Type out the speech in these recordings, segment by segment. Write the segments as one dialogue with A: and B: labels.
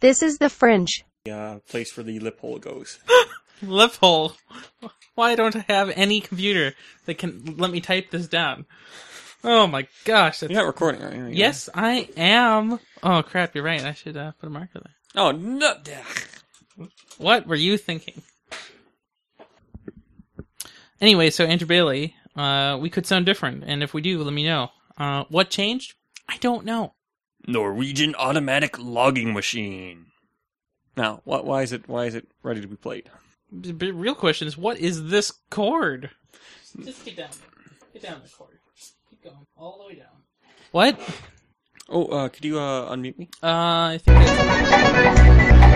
A: This is the fringe.
B: the uh, place where the lip hole goes.
C: Lip hole. Why don't I have any computer that can let me type this down? Oh my gosh. That's,
B: You're not recording, right? Here you go.
C: Yes, I am. Oh crap, you're right. I should uh, put a marker there.
B: Oh no!
C: What were you thinking? Anyway, so Andrew Bailey, uh, we could sound different, and if we do, let me know. Uh, what changed? I don't know.
B: Norwegian automatic logging machine. Now, wh- why is it why is it ready to be played?
C: The b- real question is, what is this chord? Just get down. Get down the chord. Keep going all the way down. What?
B: Oh, uh, could you uh, unmute me?
C: Uh, I think that's...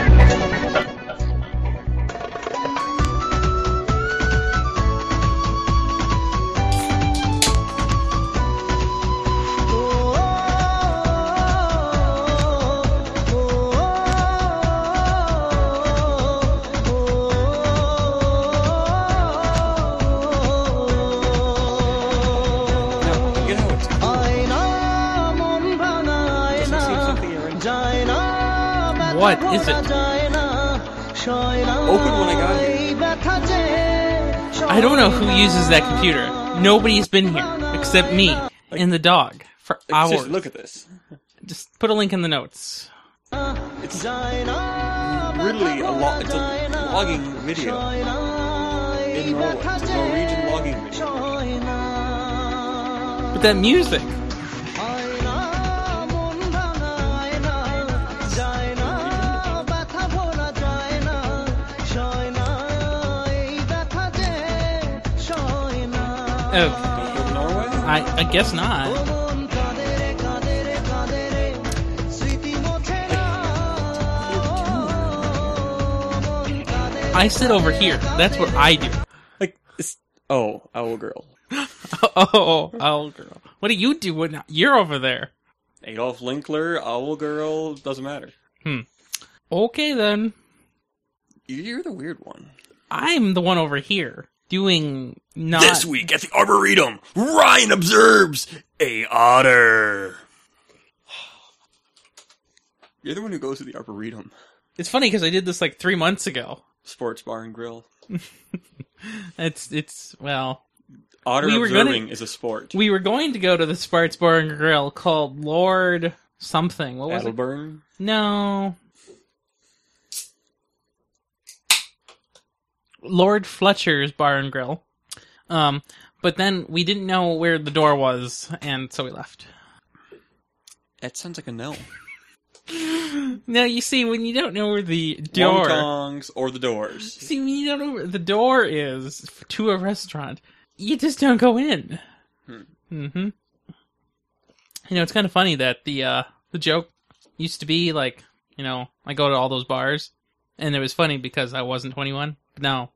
B: No, you know it's. It doesn't seem something you're into.
C: What is it?
B: Open when I got
C: I don't know who uses that computer. Nobody's been here except me and the dog for
B: Like,
C: hours.
B: seriously, look at this.
C: Just put a link in the notes.
B: It's really a lo- It's a logging video
C: Oh.
B: in Norway. It's a Norwegian logging video.
C: But that music. Oh,
B: From Norway.
C: I, I guess not. I sit over here. That's what I do.
B: Like, it's, oh, owl girl.
C: Oh, owl girl. What do you do when you're over there?
B: Adolf Linkler, owl girl, doesn't matter.
C: Okay then.
B: You're the weird one.
C: I'm the one over here doing not.
B: This week at the Arboretum, Ryan observes a otter. You're the one who goes to the Arboretum
C: It's funny because I did this like three months ago.
B: sports bar and grill.
C: It's it's well,
B: Otter
C: We were gonna-
B: observing is a sport.
C: we were going to go to the Sparts Bar and Grill called Lord something. What was it?
B: Adelburn?
C: No. Lord Fletcher's Bar and Grill. Um, but then we didn't know where the door was, and so we left.
B: That sounds like a no.
C: Now you see, when you don't know where the
B: Long
C: door,
B: tongs or the doors.
C: see, when you don't know where the door is f- to a restaurant, you just don't go in.
B: Hmm.
C: Mm-hmm. You know, it's kind of funny that the uh, the joke used to be like, you know, I go to all those bars, and it was funny because I wasn't 21. But now,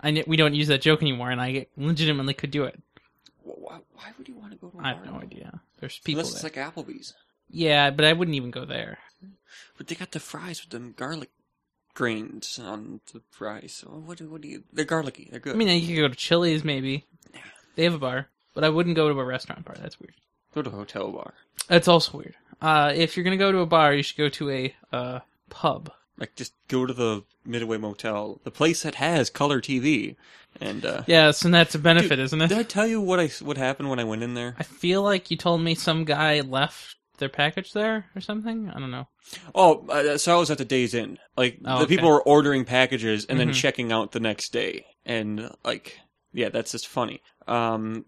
C: I kn- we don't use that joke anymore, and I legitimately could do it.
B: Why, why would you want to go to a bar
C: I have no
B: though?
C: idea. There's people
B: Unless
C: there.
B: it's like Applebee's.
C: yeah, but I wouldn't even go there.
B: But they got the fries with them garlic grains on the fries. So what? do- What do you? They're garlicky. They're good.
C: I mean, you could go to Chili's maybe.
B: Yeah.
C: They have a bar, but I wouldn't go to a restaurant bar. That's weird.
B: go to a hotel bar,
C: That's also weird. Uh, if you're gonna go to a bar, you should go to a uh, pub.
B: like just go to the Midway Motel, the place that has color TV. And uh,
C: Yes, and that's a benefit,
B: Dude,
C: isn't it?
B: did I tell you what I what happened when I went in there?
C: I feel like you told me some guy left their package there or something. I don't know.
B: Oh, uh, so I was at the Days Inn. Like
C: Oh,
B: the
C: okay.
B: people were ordering packages and
C: Mhm.
B: then checking out the next day, and like yeah, that's just funny. Um,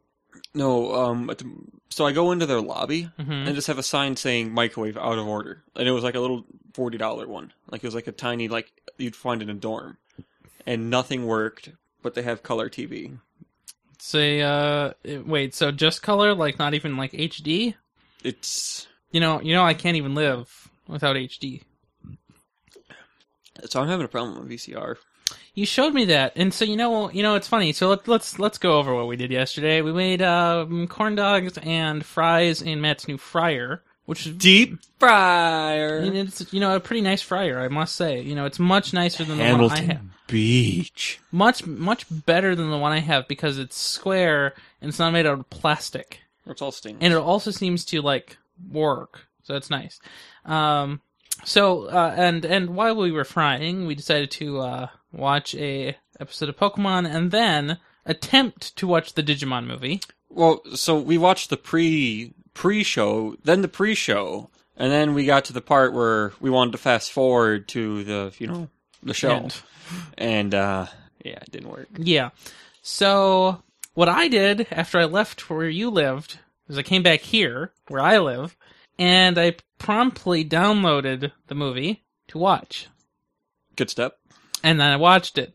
B: no, um, at the, so I go into their lobby.
C: hmm
B: and just have a sign saying microwave out of order. And it was like a little forty dollar one. Like it was like a tiny like you'd find in a dorm. And nothing worked, but they have color TV.
C: It's a uh, it- wait. So just color, like not even like HD.
B: It's
C: You know, you know, I can't even live without HD.
B: so I'm having a problem with VCR.
C: You showed me that, and so you know, you know, it's funny. So let, let's let's go over what we did yesterday. We made um, corn dogs and fries in Matt's new fryer, which is
B: Deep fryer.
C: And it's you know a pretty nice fryer, I must say. You know, it's much nicer than the one I have.
B: Hamilton Beach.
C: Much much better than the one I have because it's square and it's not made out of plastic,
B: It's all stainless.
C: and it also seems to like work. So that's nice. Um, So uh, and and while we were frying, we decided to uh, watch a episode of Pokemon and then attempt to watch the Digimon movie.
B: Well, so we watched the pre pre show, then the pre show, and then we got to the part where we wanted to fast forward to the you know the show,
C: And-
B: and, uh, yeah, it didn't work.
C: Yeah. So what I did after I left where you lived is I came back here where I live and I promptly downloaded the movie to watch
B: Good step.
C: and then I watched it.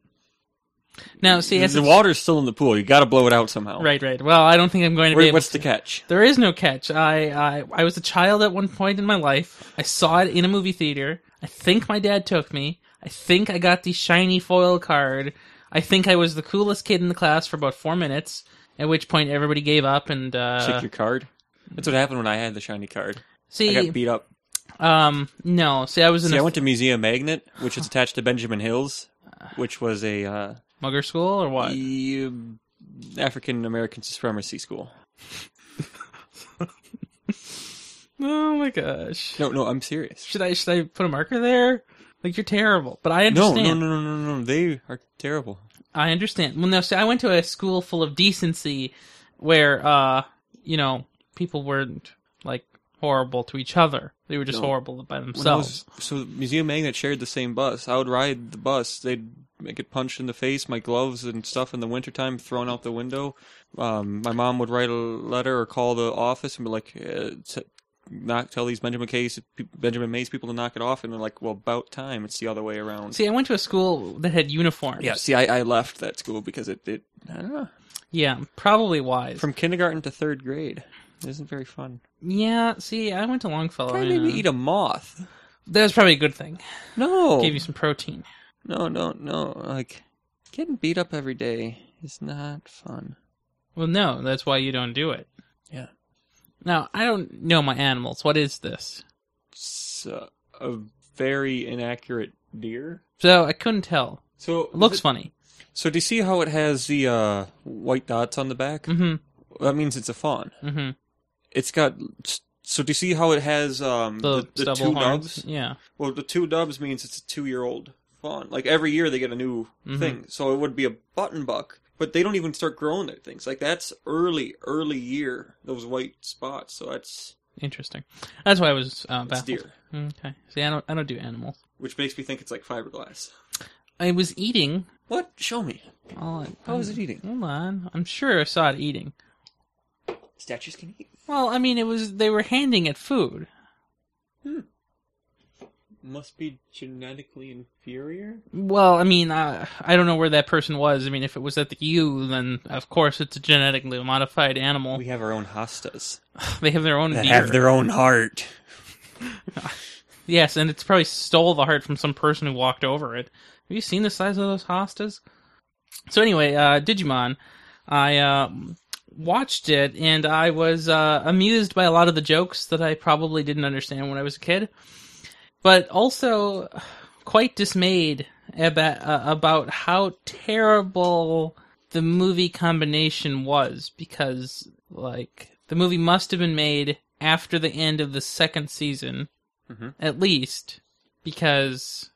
C: Now see as
B: the
C: it's-
B: water's still in the pool. You got to blow it out somehow.
C: Right, right. Well, I don't think I'm going to be
B: Where,
C: able
B: what's the catch?
C: There is no catch. I, I I was a child at one point in my life. I saw it in a movie theater. I think my dad took me. I think I got the shiny foil card. I think I was the coolest kid in the class for about four minutes. At which point everybody gave up and uh,
B: Check your card. That's what happened when I had the shiny card. I
C: see.
B: got beat up.
C: Um, no, see, I was in
B: See,
C: a
B: I went to Museum Magnet, which is attached to Benjamin Hills, which was a uh,
C: mugger school or what?
B: E- African American supremacy school.
C: Oh my gosh!
B: No, no, I'm serious.
C: Should I should I put a marker there? Like you're terrible, but I
B: No,
C: understand.
B: no, no, no, no, no. They are terrible.
C: I understand. Well, no, see, I went to a school full of decency where, uh, you know, people weren't, like, horrible to each other. They were just
B: No.
C: horrible by
B: When I
C: themselves.
B: was, so Museum Magnet shared the same bus. I would ride the bus. They'd make it punched in the face, my gloves and stuff in the wintertime thrown out the window. Um, my mom would write a letter or call the office and be like, uh, t- knock, tell these Benjamin Case, Benjamin Mays people to knock it off. And they're like, well, about time. It's the other way around.
C: See, I went to a school that had uniforms.
B: yeah, see, I, I left that school because it, it I don't know.
C: Yeah, probably wise.
B: From kindergarten to third grade. It isn't very fun.
C: yeah, see, Oh, I went to Longfellow.
B: Probably
C: you
B: made me
C: know.
B: eat a Oh. moth.
C: that was probably a good thing.
B: No.
C: Gave you some protein.
B: No, no, no. Like getting beat up every day is not fun.
C: Well, no, that's why you don't do it.
B: Yeah.
C: Now, I don't know my animals. What is this?
B: It's uh, a very inaccurate deer.
C: So, I couldn't tell.
B: So
C: It looks
B: is
C: funny.
B: it- so. Do you see how it has the uh, white dots on the back?
C: Mm-hmm,
B: That means it's a fawn.
C: mm-hmm.
B: It's got. So do you see how it has um,
C: The,
B: the, the, two
C: stubble horns.
B: nubs?
C: Yeah.
B: Well, the two nubs means it's a two-year-old fawn. Like every year they get a new
C: Mhm.
B: thing. So it would be a button buck, but they don't even start growing their things. Like that's early, early year. Those white spots. So that's
C: Interesting. That's why I was uh,
B: it's
C: baffled.
B: deer.
C: Okay. See, I don't, I don't do animals.
B: which makes me think it's like fiberglass.
C: I was eating.
B: What? Show me.
C: All
B: How is it eating?
C: Hold on. I'm sure I saw it eating.
B: Statues can eat.
C: Well, I mean, it was they were handing it food.
B: Must be genetically inferior.
C: Well, I mean, uh, I don't know where that person was. I mean, if it was at the U, then of course it's a genetically modified animal.
B: We have our own hostas
C: they have their own
B: that
C: deer.
B: have their own heart.
C: Yes, and it's probably stole the heart from some person who walked over it. Have you seen the size of those hostas? So anyway, uh, Digimon, I uh, watched it and I was uh, amused by a lot of the jokes that I probably didn't understand when I was a kid, but also quite dismayed about uh, about how terrible the movie combination was because like the movie must have been made after the end of the second season
B: Mhm.
C: at least because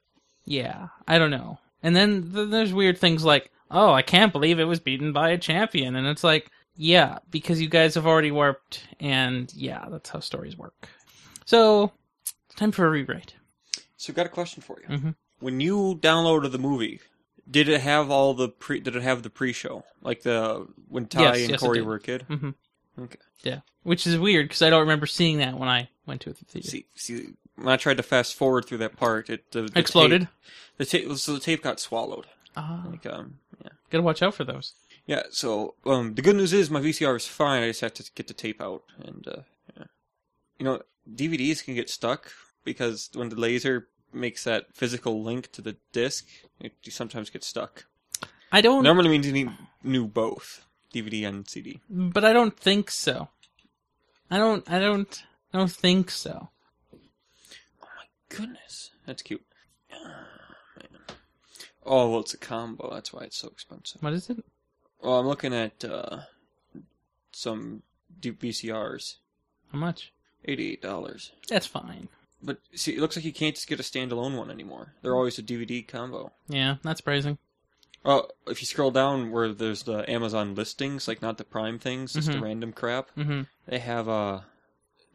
C: yeah i don't know and then th- there's weird things like oh i can't believe it was beaten by a champion and it's like yeah because you guys have already warped and yeah that's how stories work so it's time for a rewrite
B: So, got a question for you.
C: Mhm.
B: When you downloaded the movie, did it have all the pre? Did it have the pre-show, like the when Ty
C: Yes,
B: and
C: yes, it
B: Corey
C: did.
B: were a kid?
C: hmm
B: Okay.
C: yeah which is weird because i don't remember seeing that when i went to the theater
B: See, see, when I tried to fast forward through that part, it the, the
C: exploded
B: Tape, the tape, so the tape got swallowed.
C: ah
B: Like, um, yeah.
C: gotta watch out for those
B: Yeah, so um, the good news is my VCR is fine. I just have to get the tape out, and uh, yeah. you know DVDs can get stuck because when the laser makes that physical link to the disc, it you sometimes gets stuck.
C: i don't
B: Normally means you need new both DVD and CD.
C: But I don't think so. I don't. I don't. I don't think so.
B: Goodness, that's cute. Ah, man. Oh well, it's a combo. That's why it's so expensive.
C: What is it?
B: Well, I'm looking at uh, some D- VCRs,
C: How much?
B: eighty-eight dollars.
C: That's fine.
B: But see, it looks like you can't just get a standalone one anymore. They're always a DVD combo.
C: Yeah, not surprising.
B: Uh, if you scroll down where there's the Amazon listings, like not the Prime things, just the
C: Mhm.
B: random crap,
C: Mm-hmm.
B: they have uh,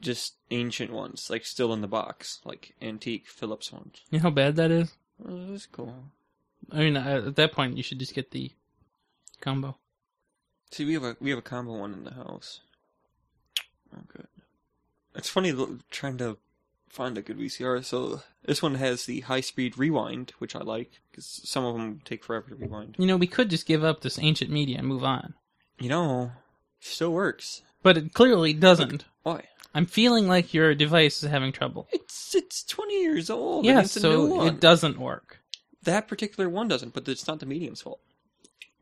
B: just ancient ones, like still in the box, like antique Phillips ones.
C: You know how bad that is.
B: Oh, that's cool.
C: I mean, uh, at that point, you should just get the combo.
B: See, we have a we have a combo one in the house. Oh, good. It's funny l- trying to find a good VCR. So this one has the high speed rewind, which I like because some of them take forever to rewind.
C: You know, we could just give up this ancient media and move on,
B: You know, still works.
C: but it clearly doesn't.
B: Why?
C: I'm feeling like your device is having trouble.
B: It's it's twenty years old. and
C: Yeah,
B: it's a new
C: so
B: one.
C: it doesn't work,
B: that particular one doesn't, but it's not the medium's fault.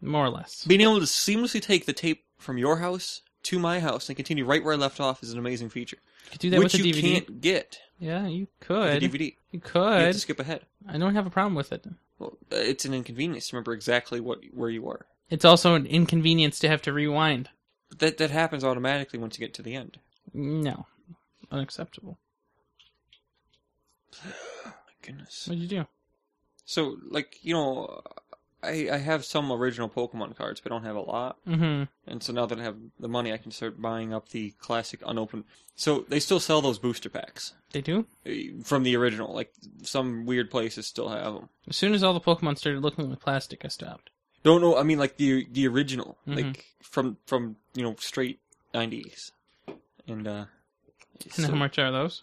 C: more or less.
B: Being able to seamlessly take the tape from your house to my house and continue right where I left off is an amazing feature,
C: You could do that
B: which
C: with a
B: you
C: DVD.
B: can't get
C: Yeah, you
B: with
C: could.
B: a DVD.
C: You
B: You
C: could.
B: have to skip ahead.
C: I don't have a problem with it.
B: Well, uh, it's an inconvenience to remember exactly what where you are.
C: It's also an inconvenience to have to rewind.
B: But that that happens automatically once you get to the end.
C: No, unacceptable.
B: My goodness.
C: What'd you do?
B: So, like you know, I I have some original Pokemon cards, but I don't have a lot.
C: Mm-hmm.
B: And so now that I have the money, I can start buying up the classic unopened. So they still sell those booster packs
C: They do.
B: uh, from the original. Like some weird places still have them.
C: As soon as all the Pokemon started looking like plastic, I stopped.
B: Don't know. I mean, like the the original,
C: Mhm.
B: like from from you know straight nineties, and uh.
C: And
B: so-
C: how much are those?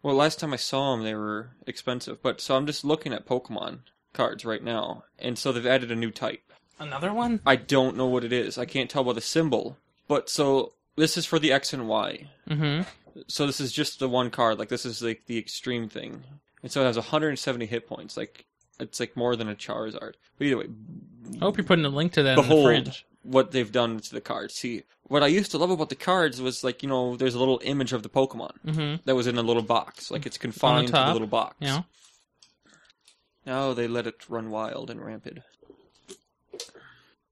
B: Well, last time I saw them, they were expensive. But so I'm just looking at Pokemon cards right now, and so they've added a new type.
C: Another one?
B: I don't know what it is. I can't tell by the symbol. But so this is for the X and Y.
C: Mm-hmm.
B: So this is just the one card. Like this is like the extreme thing, and so it has 170 hit points. Like it's like more than a Charizard. But either way,
C: I hope you're putting a link to that in
B: Behold.
C: the fringe.
B: what they've done to the cards. See, what I used to love about the cards was like you know there's a little image of the Pokemon
C: Mm-hmm.
B: that was in a little box. Like it's confined to the
C: top,
B: little box.
C: Yeah.
B: Now Oh, they let it run wild and rampant.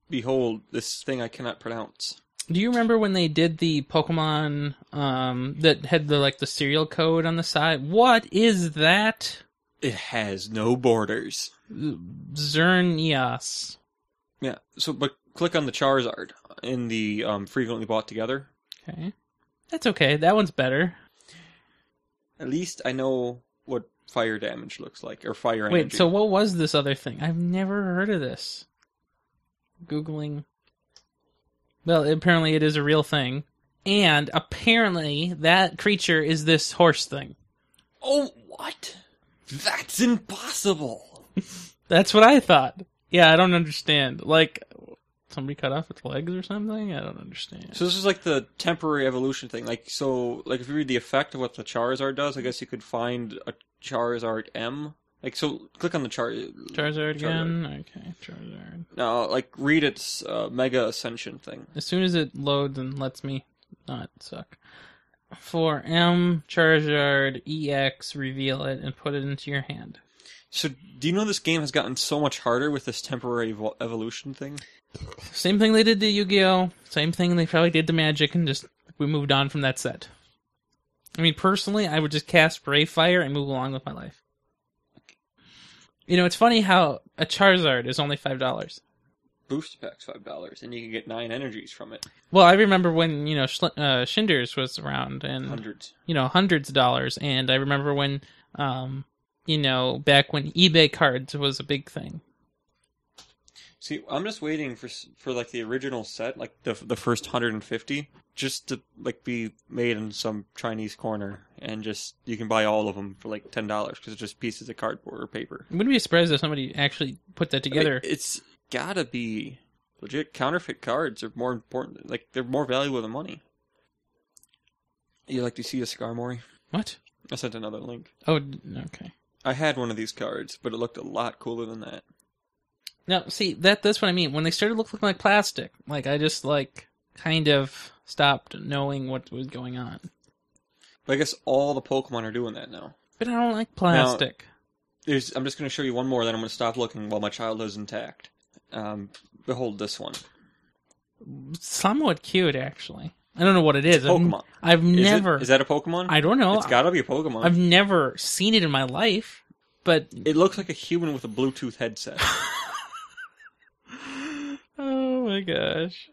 B: Behold, this thing I cannot pronounce.
C: Do you remember when they did the Pokemon um, that had the like the serial code on the side? What is that?
B: It has no borders.
C: Xerneas.
B: Yeah. So, but click on the Charizard in the um, frequently bought together.
C: Okay, that's okay. That one's better.
B: At least I know what fire damage looks like, or fire
C: Wait,
B: energy.
C: so what was this other thing? I've never heard of this. Googling. Well, apparently it is a real thing, and apparently that creature is this horse thing.
B: oh, what? That's impossible.
C: That's what I thought. Yeah, I don't understand. Like, somebody cut off its legs or something. I don't understand.
B: So this is like the temporary evolution thing. Like so, like if you read the effect of what the Charizard does, I guess you could find a Charizard M. Like so, click on the Char.
C: Charizard again. Okay, Charizard.
B: No, like read its uh, Mega Ascension thing.
C: As soon as it loads and lets me not suck. For M Charizard EX, reveal it and put it into your hand.
B: So do you know this game has gotten so much harder with this temporary evol- evolution thing?
C: Same thing they did to Yu-Gi-Oh. Same thing they probably did to Magic, and just we moved on from that set. I mean, personally, I would just cast Brave Fire and move along with my life. You know, it's funny how a Charizard is only five dollars.
B: Boost packs five dollars, and you can get nine energies from it.
C: Well, I remember when you know Schl- uh, Shinders was around, and
B: Hundreds.
C: you know hundreds of dollars and i remember when um you know back when ebay cards was a big thing
B: See, I'm just waiting for s- for like the original set, like the the first 150, just to like be made in some Chinese corner, and just you can buy all of them for like ten dollars because it's just pieces of cardboard or paper.
C: i wouldn't be surprised if somebody actually put that
B: I mean,
C: together
B: it's gotta be legit. Counterfeit cards are more important. Like they're more valuable than money. You like to see a scar, Maury?
C: what
B: I sent another link.
C: oh d- okay
B: I had one of these cards, but it looked a lot cooler than that.
C: no see that that's what i mean when they started look- looking like plastic like i just like kind of stopped knowing what was going on
B: But I guess all the Pokemon are doing that now.
C: but i don't like plastic
B: There's, I'm just going to show you one more, then I'm going to stop looking while my child is intact. Um, behold this one.
C: somewhat cute actually I don't know what it is. I've-
B: Pokemon.
C: I've,
B: Is it-
C: never.
B: Is that a Pokemon?
C: I don't know.
B: It's gotta be a Pokemon.
C: I've never seen it in my life, but
B: It looks like a human with a Bluetooth headset.
C: oh my gosh.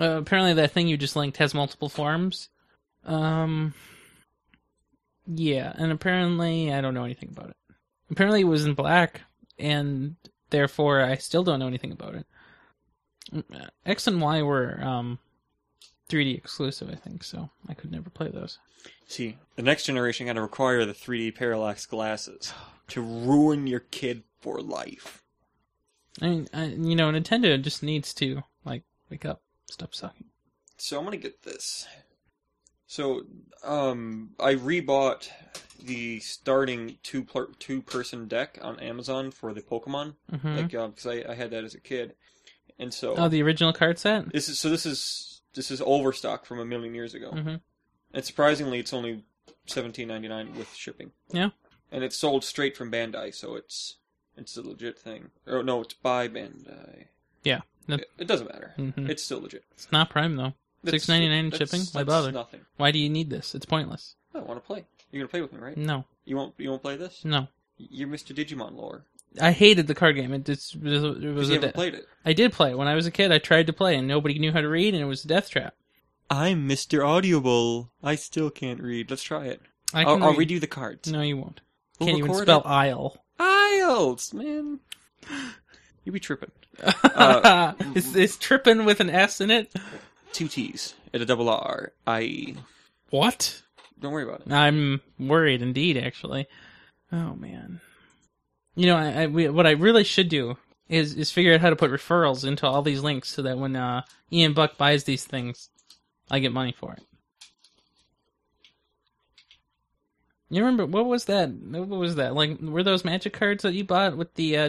C: Uh, apparently, that thing you just linked has multiple forms. Um, yeah, and apparently, I don't know anything about it. Apparently, it was in black, and therefore, I still don't know anything about it. Mm, uh, X and Y were um, 3D exclusive, I think, so I could never play those.
B: See, the next generation gotta require the 3D parallax glasses to ruin your kid for life.
C: I mean, I, you know, Nintendo just needs to like wake up, stop sucking.
B: So I'm gonna get this. So, um, I rebought the starting two pl- two person deck on Amazon for the Pokemon,
C: hmm
B: like because I, I had that as a kid, and so
C: oh, the original card set.
B: this is so this is this is overstock from a million years ago.
C: Mhm.
B: And surprisingly, it's only seventeen ninety nine with shipping.
C: Yeah.
B: And it's sold straight from Bandai, so it's it's a legit thing. Or no, it's by Bandai.
C: Yeah. No-
B: It, it doesn't matter.
C: Mhm.
B: It's still legit.
C: It's not Prime though.
B: That's-
C: $6.99
B: that's-
C: shipping? Why
B: that's
C: bother?
B: Nothing.
C: Why do you need this? It's pointless.
B: I want to play. You're gonna play with me, right?
C: No,
B: You won't. You won't play this.
C: no.
B: You're Mr. Digimon lore.
C: I hated the card game. It, it's, it was, it was
B: you
C: a
B: haven't
C: de-
B: played it.
C: I did play it when I was a kid. I tried to play, and nobody knew how to read, and it was a death trap.
B: I'm Mr. Audible. I still can't read. Let's try it.
C: I
B: I'll,
C: can
B: I'll read you the cards.
C: No, you won't.
B: We'll
C: Can't even
B: record
C: spell
B: it.
C: aisle.
B: Isles, man. You be tripping. Uh,
C: is is tripping with an S in it?
B: Two T's at a double R I E.
C: What?
B: Don't worry about it.
C: I'm worried indeed, actually. Oh man, you know, I, I we, what I really should do is is figure out how to put referrals into all these links so that when uh, Ian Buck buys these things, I get money for it. You remember what was that? What was that? Like, were those magic cards that you bought with the uh,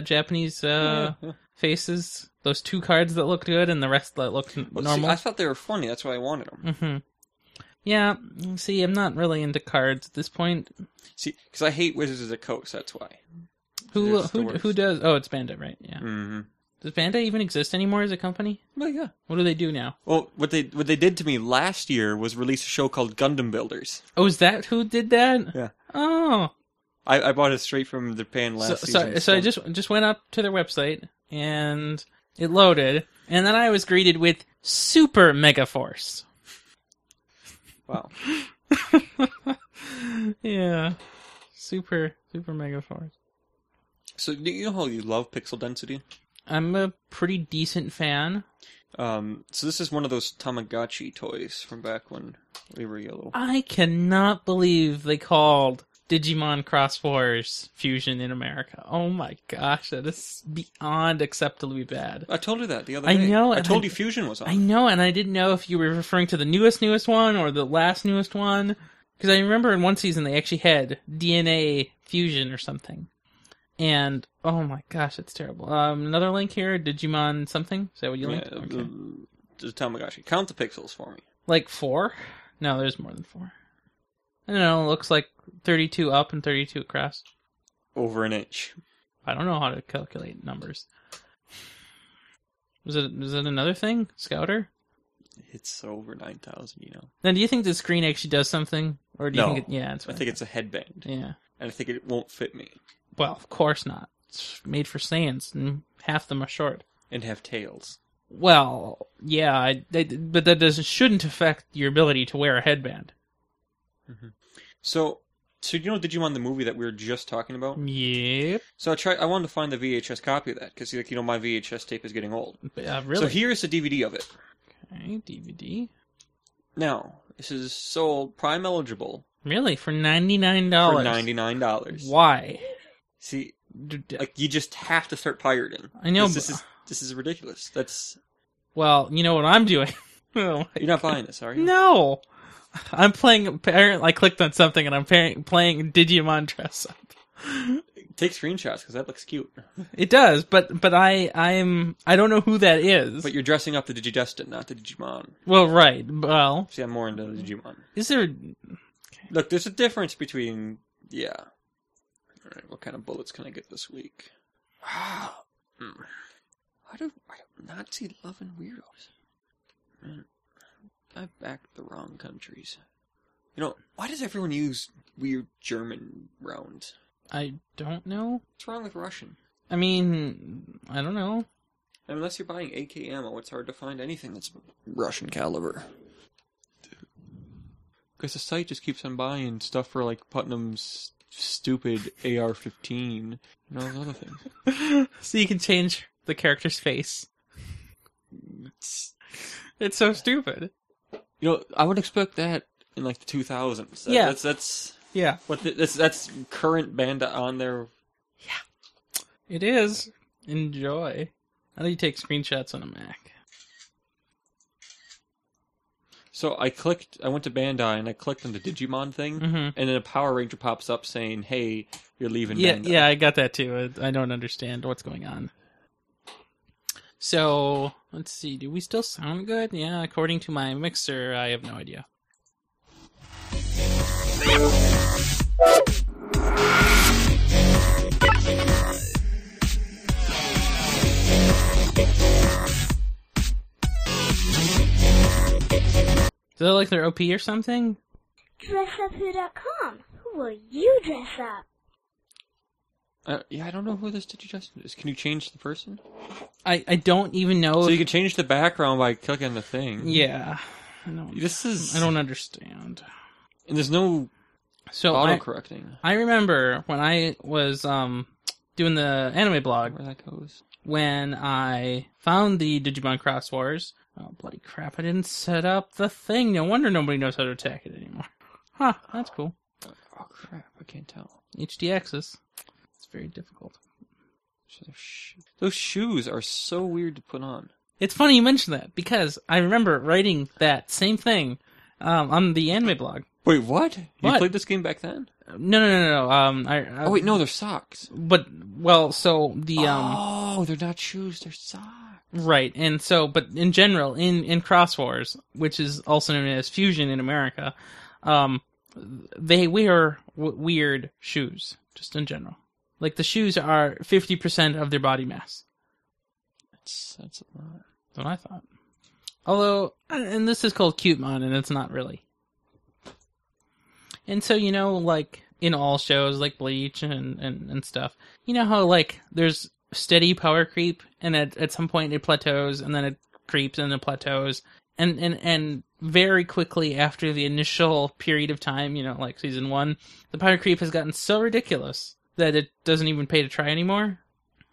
C: Japanese uh,
B: Yeah.
C: faces? Those two cards that looked good and the rest that looked n-
B: Well, see,
C: normal.
B: I thought they were funny. That's why I wanted them.
C: hmm Yeah. See, I'm not really into cards at this point.
B: See, because I hate Wizards of the Coast. That's why.
C: Who
B: It's the
C: who
B: worst.
C: who does? Oh, it's Bandai, right? Yeah.
B: Mm-hmm.
C: Does Bandai even exist anymore as a company?
B: Well, yeah.
C: What do they do now?
B: Well, what they what they did to me last year was release a show called Gundam Builders.
C: Oh, is that who did that?
B: Yeah.
C: Oh.
B: I, I bought it straight from Japan
C: So,
B: last
C: so,
B: season.
C: so I just just went up to their website and it loaded, and then I was greeted with Super Mega Force.
B: wow.
C: yeah. Super Super Mega Force.
B: So do you know how you love pixel density?
C: I'm a pretty decent fan.
B: Um, so this is one of those Tamagotchi toys from back when we were yellow.
C: I cannot believe they called Digimon Cross Wars Fusion in America. Oh my gosh, that is beyond acceptably bad.
B: I told you that the other
C: I
B: day.
C: know,
B: I
C: and
B: told
C: I-
B: you Fusion was on.
C: I know, and I didn't know if you were referring to the newest, newest one or the last, newest one. Because I remember in one season they actually had DNA fusion or something. And oh my gosh, that's terrible. Um, another link here, Digimon something. Is that what you
B: Yeah,
C: linked?
B: uh,
C: Okay.
B: the Tamagotchi. Count the pixels for me.
C: Like four? No, there's more than four. I don't know. It looks like 32 up and 32 across.
B: Over an inch.
C: I don't know how to calculate numbers. Was it was it another thing, Scouter?
B: It's over nine thousand. You know.
C: Now, do you think the screen actually does something, or do you
B: No.
C: think it, yeah, it's
B: I think it's a headband,
C: yeah.
B: and I think it won't fit me
C: Well, of course not. It's made for Saiyans, and half them are short.
B: and have tails.
C: Well, yeah, I, they, but that doesn't shouldn't affect your ability to wear a headband.
B: So, so you know Digimon the movie that we were just talking
C: Mm.
B: about?
C: Yep.
B: So I tried. I wanted to find the VHS copy of that because, like, you know, my VHS tape is getting old.
C: Uh, really?
B: So here is the DVD of it.
C: okay, DVD.
B: Now this is sold prime eligible
C: Really, for ninety nine
B: for
C: dollars.
B: ninety nine dollars.
C: Why?
B: See,
C: D- d-
B: like you just have to start pirating.
C: I know,
B: This, this
C: but-
B: is this is ridiculous. That's
C: Well, you know what I'm doing. oh my
B: you're not buying this, are you?
C: No, I'm playing. Apparently, I clicked on something and I'm par- playing Digimon dress up.
B: Take screenshots because that looks cute.
C: It does, but but I I'm I don't know who that is.
B: But you're dressing up the Digidestin, not the Digimon.
C: well, right. Well,
B: See, I'm more into the Digimon.
C: is there?
B: Look, there's a difference between yeah. All right, what kind of bullets can I get this week? Hmm. Why do, why do Nazi loving weirdos? Man, I backed the wrong countries. You know, why does everyone use weird German rounds?
C: I don't know.
B: What's wrong with Russian?
C: I mean, I don't know.
B: And unless you're buying AK ammo, oh, it's hard to find anything that's Russian caliber. Because the site just keeps on buying stuff for like Putnam's stupid AR-15 and all those other things.
C: so you can change the character's face. It's so stupid.
B: You know, I would expect that in like the 2000s. That-
C: Yeah.
B: that's that's
C: Yeah,
B: what the, that's that's current Banda on their
C: it is. Enjoy. How do you take screenshots on a Mac?
B: So I clicked. I went to Bandai and I clicked on the Digimon thing,
C: Mm-hmm.
B: and then a Power Ranger pops up saying, "Hey, you're leaving."
C: Yeah,
B: Bandai.
C: yeah, I got that too. I I don't understand what's going on. So let's see. Do we still sound good? Yeah, according to my mixer, I have no idea. Is that like their OP or something?
A: DressUpWho.com. Who will you dress up?
B: Uh, yeah. I don't know who this Digidestin is. Can you change the person?
C: I, I don't even know.
B: So
C: if-
B: you can change the background by clicking the thing.
C: yeah, I don't.
B: This is
C: I don't understand.
B: And there's no
C: So
B: auto
C: I,
B: correcting.
C: I remember when I was um doing the anime blog
B: Where that goes.
C: when I found the Digimon Cross Wars. Oh bloody crap! I didn't set up the thing. No wonder nobody knows how to attack it anymore. Huh? That's cool.
B: Oh crap! I can't tell.
C: HDXs. It's very difficult.
B: So those sho- Those shoes are so weird to put on.
C: It's funny you mention that because I remember writing that same thing um, on the anime blog.
B: Wait, what? You
C: What?
B: played this game back then?
C: No, no, no, no. no. Um, I, I
B: Oh wait, no, they're socks.
C: But well, so the um.
B: Oh, they're not shoes. They're socks.
C: Right, and so, but in general, in in Cross Wars, which is also known as Fusion in America, um, they wear w- weird shoes, just in general. Like the shoes are fifty percent of their body mass.
B: That's that's a lot.
C: That's what I thought. Although, and this is called Cutemon, and it's not really. And so, you know, like in all shows like Bleach and, and, and stuff, you know how, like, there's steady power creep, and at, at some point it plateaus, and then it creeps and it plateaus. And, and, and very quickly after the initial period of time, you know, like season one, the power creep has gotten so ridiculous that it doesn't even pay to try anymore.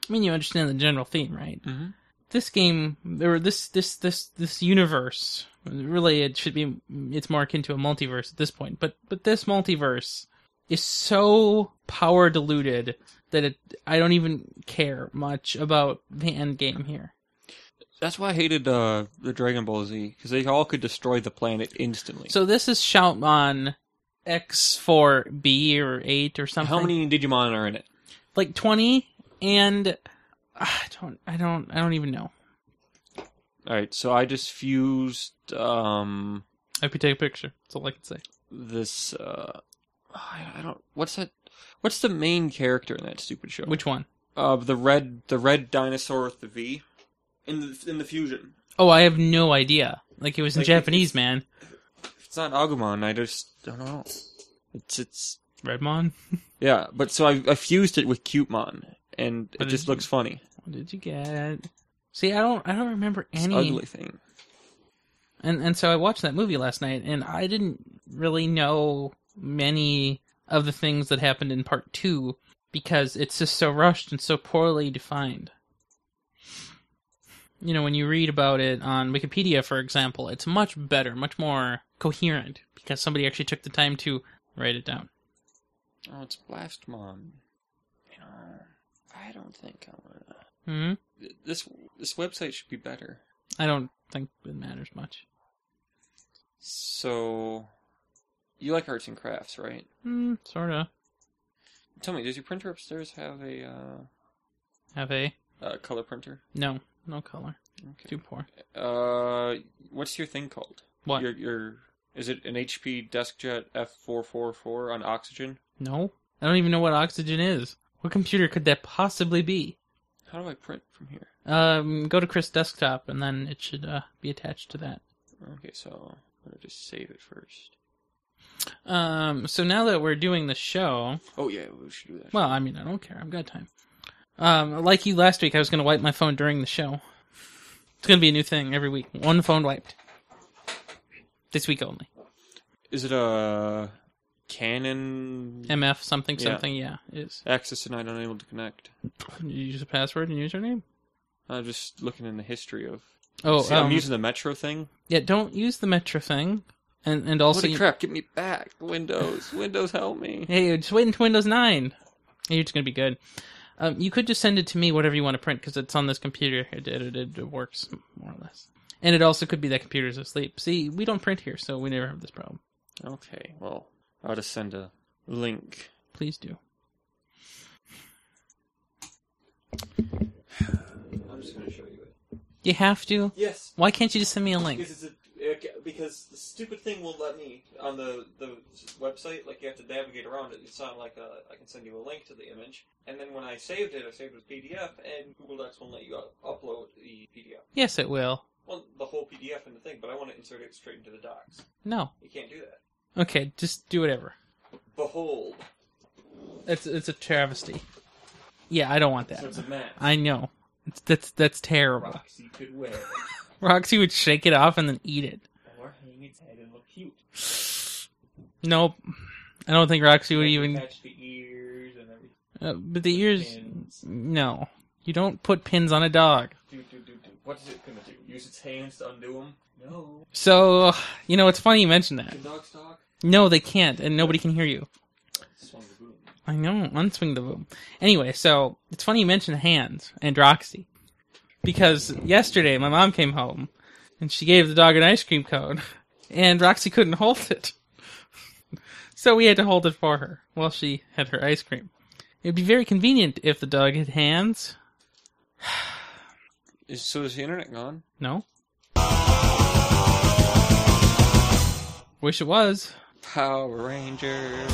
C: I mean, you understand the general theme, right?
B: Mm-hmm.
C: this game or this this this this universe really it should be it's more akin to a multiverse at this point but but this multiverse is so power diluted that it i don't even care much about the end game here
B: That's why I hated uh, the Dragon Ball Z because they all could destroy the planet instantly.
C: so this is shoutmon x4b or 8 or something
B: how many Digimon are in it?
C: like 20 and ah, i don't i don't i don't even know
B: All right, so I just fused um,
C: i could take a picture that's all i can say
B: this. Uh, I I don't. What's that? What's the main character in that stupid show?
C: which one
B: uh, the red, the red dinosaur with the V, in the in the fusion.
C: Oh, I have no idea. Like it was in
B: Like,
C: Japanese,
B: it's-
C: man.
B: If it's not Agumon. I just don't know. It's it's
C: Redmon.
B: yeah. But so I I fused it with Cutemon, and it
C: What
B: just
C: did you-
B: looks funny.
C: What did you get? See, I don't, I don't remember
B: It's an
C: any.
B: ugly thing.
C: And and so I watched that movie last night, and I didn't really know many of the things that happened in part two because it's just so rushed and so poorly defined. You know, when you read about it on Wikipedia, for example, it's much better, much more coherent because somebody actually took the time to write it down.
B: Oh, it's Blastmon. You know, I don't think I'm gonna.
C: Hmm.
B: This this website should be better.
C: I don't think it matters much.
B: So, you like arts and crafts, right?
C: Mm, sort of.
B: Tell me, does your printer upstairs have a uh,
C: Have a
B: uh, color printer?
C: no, no color.
B: Okay.
C: Too poor.
B: Uh, what's your thing called?
C: What?
B: Your your is it an HP DeskJet F444 on oxygen?
C: No, I don't even know what oxygen is. What computer could that possibly be?
B: How do I print from here?
C: Um, go to Chris desktop, and then it should uh, be attached to that.
B: Okay, so I'm gonna just save it first.
C: Um, so now that we're doing the show,
B: Oh yeah, we should do that.
C: well, I mean, I don't care. I've got time. Um, like you last week, I was gonna wipe my phone during the show. It's gonna be a new thing every week. One phone wiped. This week only.
B: Is it a Canon
C: MF something
B: Yeah.
C: something. Yeah, it is.
B: access denied, unable to connect?
C: You use a password and username.
B: I'm just looking in the history of.
C: Oh,
B: See,
C: um,
B: I'm using the Metro thing.
C: yeah. Don't use the Metro thing. And and also,
B: Holy
C: you-
B: crap! Get me back, Windows. Windows, help me.
C: Hey, you're just waiting to Windows 9. You're just going to be good. Um, you could just send it to me, whatever you want to print, because it's on this computer. It, it, it, it works, more or less. And it also could be that computer's asleep. See, we don't print here, so we never have this problem.
B: Okay, well, I'll just send a link.
C: Please do.
B: I'm just gonna show you it.
C: You have to?
B: Yes,
C: Why can't you just send me a link?
B: Because it's a, because the stupid thing won't let me on the the website. Like you have to navigate around it. It's not like a, I can send you a link to the image. And then when I saved it, I saved it as PDF, and Google Docs won't let you up- upload the PDF.
C: Yes, it will.
B: Well, the whole PDF in the thing, but I want to insert it straight into the docs.
C: No.
B: You can't do that.
C: Okay, just do whatever.
B: Behold,
C: It's, it's a travesty. Yeah, I don't want
B: so
C: that.
B: it's a map.
C: I know. It's, that's, that's terrible.
B: Roxy could wear,
C: Roxy would shake it off and then eat it.
B: or hang its head and look cute.
C: Nope. I don't think Roxy would
B: You
C: even
B: attach the ears and everything.
C: Uh, but the ears,
B: Pins.
C: no. You don't put pins on a dog.
B: Do, do, do, do. What is it gonna do? Use its hands to undo them? No.
C: So, you know, it's funny you mentioned that.
B: Can dogs talk?
C: No, they can't, and nobody can hear you.
B: Swung the boom.
C: I know, unswing the boom. Anyway, so it's funny you mentioned hands and Roxy. Because yesterday my mom came home and she gave the dog an ice cream cone, and Roxy couldn't hold it. so we had to hold it for her while she had her ice cream. It would be very convenient if the dog had hands.
B: Is, so is the internet gone?
C: No. Wish it was.
B: Power Rangers.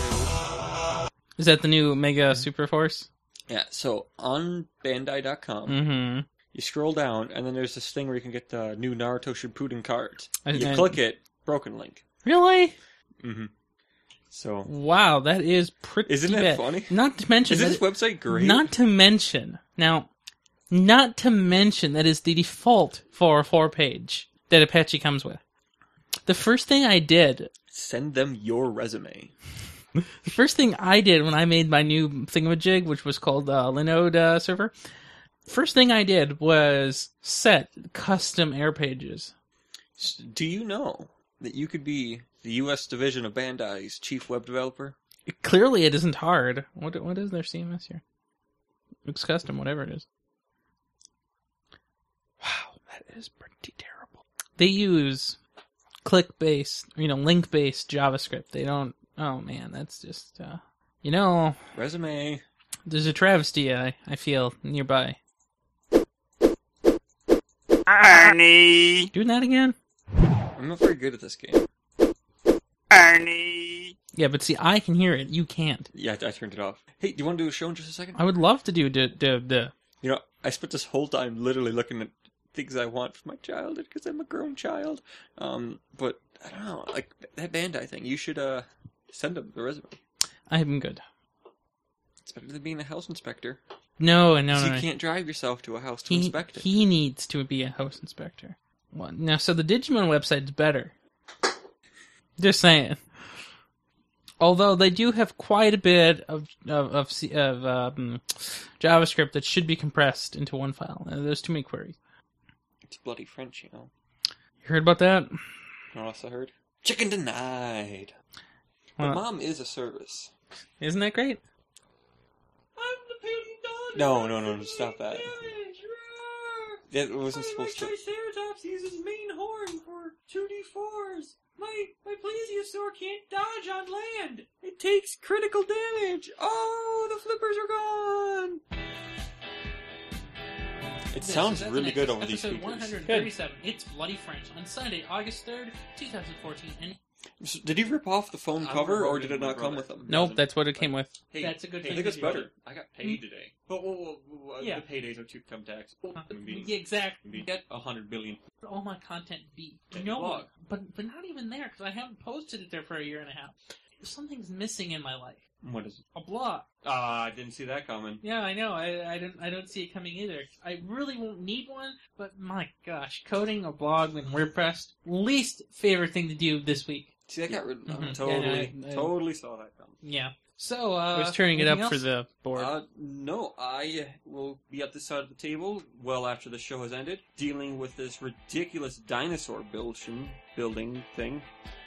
C: Is that the new Mega Super Force?
B: Yeah, so on Bandai.com,
C: Mm-hmm.
B: you scroll down, and then there's this thing where you can get the new Naruto Shippuden cards.
C: I-
B: you
C: I-
B: click it, broken link.
C: Really?
B: Mm-hmm. So,
C: Wow, that is pretty.
B: Isn't it
C: bad.
B: funny?
C: Not to mention,
B: is this
C: that-
B: website great?
C: not to mention now, not to mention that is the default for a four page that Apache comes with. The first thing I did,
B: Send them your resume.
C: the first thing I did when I made my new thingamajig, which was called uh, Linode uh, server, first thing I did was set custom air pages.
B: S- Do you know that you could be the U.S. division of Bandai's chief web developer?
C: Clearly, it isn't hard. What what is their CMS here? It's custom, whatever it is. Wow, that is pretty terrible. They use click-based, you know, link-based JavaScript. They don't. Oh man, that's just. Uh, you know,
B: Resume.
C: there's a travesty. I I feel nearby.
D: Ernie,
C: Doing that again?
B: I'm not very good at this game.
D: Ernie,
C: Yeah, but see, I can hear it. You can't.
B: Yeah, I, I turned it off. Hey, do you want to do a show in just a second?
C: I would love to do the the the.
B: You know, I spent this whole time literally looking at things I want for my childhood because I'm a grown child. Um, but I don't know, like that Bandai thing. You should uh send them the resume.
C: I'm good.
B: It's better than being a house inspector.
C: No, no,
B: 'Cause
C: no.
B: you
C: no.
B: can't drive yourself to a house to
C: he,
B: inspect it.
C: he needs to be a house inspector. Well, now, so the Digimon website's better. Just saying. Although they do have quite a bit of of of, C- of um, JavaScript that should be compressed into one file. Uh, There's too many queries.
B: It's bloody French, you know.
C: You heard about that?
B: You know what else I heard? Chicken denied. But
C: Well,
B: mom is a service.
C: isn't that great?
B: No, no, no, no, stop that. That wasn't supposed to.
E: Triceratops uses main horn for 2d4s. My my plesiosaur can't dodge on land. It takes critical damage. Oh, the flippers are gone.
B: It sounds really good over these speakers.
C: It's Bloody French on Sunday, August 3rd, 2014. And
B: S- Did he rip off the phone
F: I'm
B: cover, or
F: reverting
B: did it not
F: reverter.
B: come with them?
C: Nope, that's what it came with.
F: Hey,
E: That's a good
F: hey,
E: thing
B: I think
E: to
B: it's
E: do.
B: better. Mm-hmm.
F: I got paid today. But whoa, whoa, whoa, uh,
E: Yeah.
F: the paydays are too come tax. Oh,
C: Uh,
F: I'm being-
C: yeah, exactly.
F: being
C: That-
F: a hundred billion.
C: all my content be
F: Take
C: no
F: a log.
C: but but not even there because I haven't posted it there for a year and a half. Something's missing in my life.
F: What is? it?
C: A blog.
F: Ah, I didn't see that coming.
C: Yeah, I know. I I don't I don't see it coming either. I really won't need one. But my gosh, coding a blog in WordPress least favorite thing to do this week.
B: See, I got rid of
E: Uh-huh.
B: them.
C: Mhm.
B: Totally,
C: Yeah, I- I-
B: totally saw that coming.
C: Yeah. So uh,
E: I was turning it up
C: anything
E: for
C: else?
E: the board.
B: Uh, no, I will be at this side of the table well after the show has ended, dealing with this ridiculous dinosaur building building thing.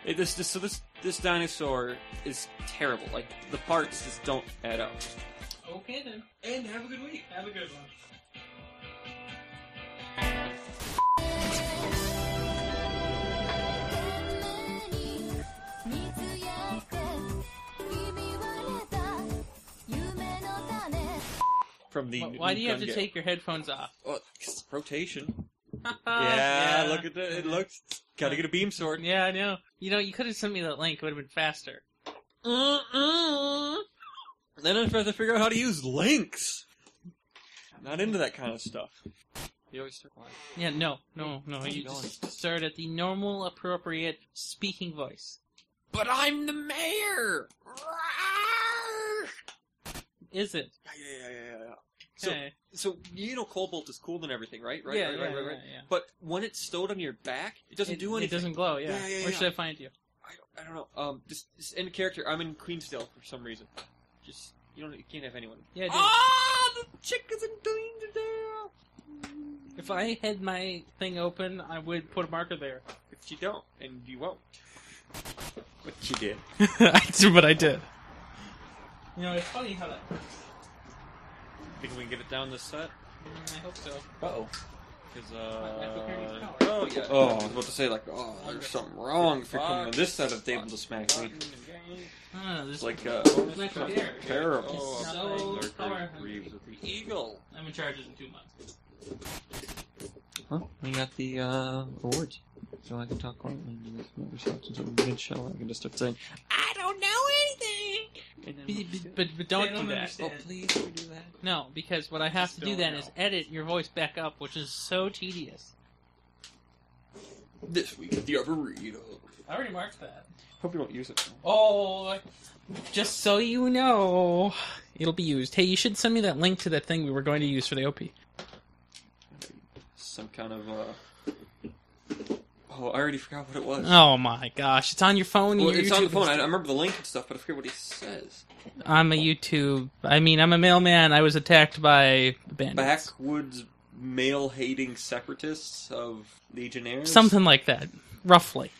B: It, this, this so this this dinosaur is terrible. Like the parts just don't add up.
C: Okay then.
F: And have a good week.
C: Have a good one.
B: From the
C: Why do you have to
B: Gungan.
C: take your headphones off?
B: oh, it's rotation? Uh, yeah, Mm-hmm. look at the, it looks. Gotta get a beam sword.
C: Yeah, I know. You know, you could have sent me that link. It would have been faster.
B: Then I have to figure out how to use links. Not into that kind of stuff. You always start quiet.
C: Yeah, no, no, no.
B: Where
C: You
B: you going?
C: just start at the normal, appropriate speaking voice.
B: But I'm the mayor.
C: Is it?
B: Yeah, yeah, yeah, yeah, yeah. So,
C: Okay.
B: so you know, Cobalt is cool and everything, right? Right,
C: yeah,
B: right,
C: yeah,
B: right, right,
C: yeah,
B: right.
C: yeah.
B: But when it's stowed on your back, it doesn't
C: It-
B: do anything.
C: It doesn't glow. Yeah.
B: Yeah, yeah,
C: Where
B: yeah.
C: should I find you?
B: I, don't, I don't know. Um, just, just in character, I'm in Queensdale for some reason. Just you don't, you can't have anyone.
C: Yeah. Dude.
B: Ah, the chick is in Queensdale.
C: If I had my thing open, I would put a marker there.
B: But you don't, and you won't. But you did.
C: That's what I did. You know, it's funny how that.
B: Think we can get it down this set?
C: Mm, I hope so.
B: Uh-oh.
C: uh,
B: oh, yeah. Oh, I was about to say, like, oh, there's something wrong for coming on this side of the table to smack me.
C: Ah, this
B: It's like, uh,
C: Like right there.
B: terrible.
C: Oh, So Lord power hungry. Reeves
B: with the eagle.
C: I'm in charge in two months.
B: Well, we got the uh, awards. So I can talk quietly into this Microsoft since I'm mid show. I can just start saying, I don't know anything! And then
C: But, but, but don't,
E: They don't
C: do that.
E: understand.
B: oh, please, can we do that?
C: No, because what I have to do
F: don't
C: then
F: know.
C: is edit your voice back up, which is so tedious.
B: This week at the Arboretum.
C: I already marked that.
B: Hope you don't use it.
C: Oh, just so you know, it'll be used. Hey, you should send me that link to that thing we were going to use for the OP.
B: Some kind of, uh... Oh, I already forgot what it was.
C: Oh my gosh, it's on your phone.
B: Well,
C: your
B: it's on the
C: YouTube
B: phone. I, I remember the link and stuff, but I forget what he says.
C: I'm a YouTube. I mean, I'm a mailman. I was attacked by bandits.
B: Backwoods male hating separatists of Legionnaires.
C: Something like that, roughly.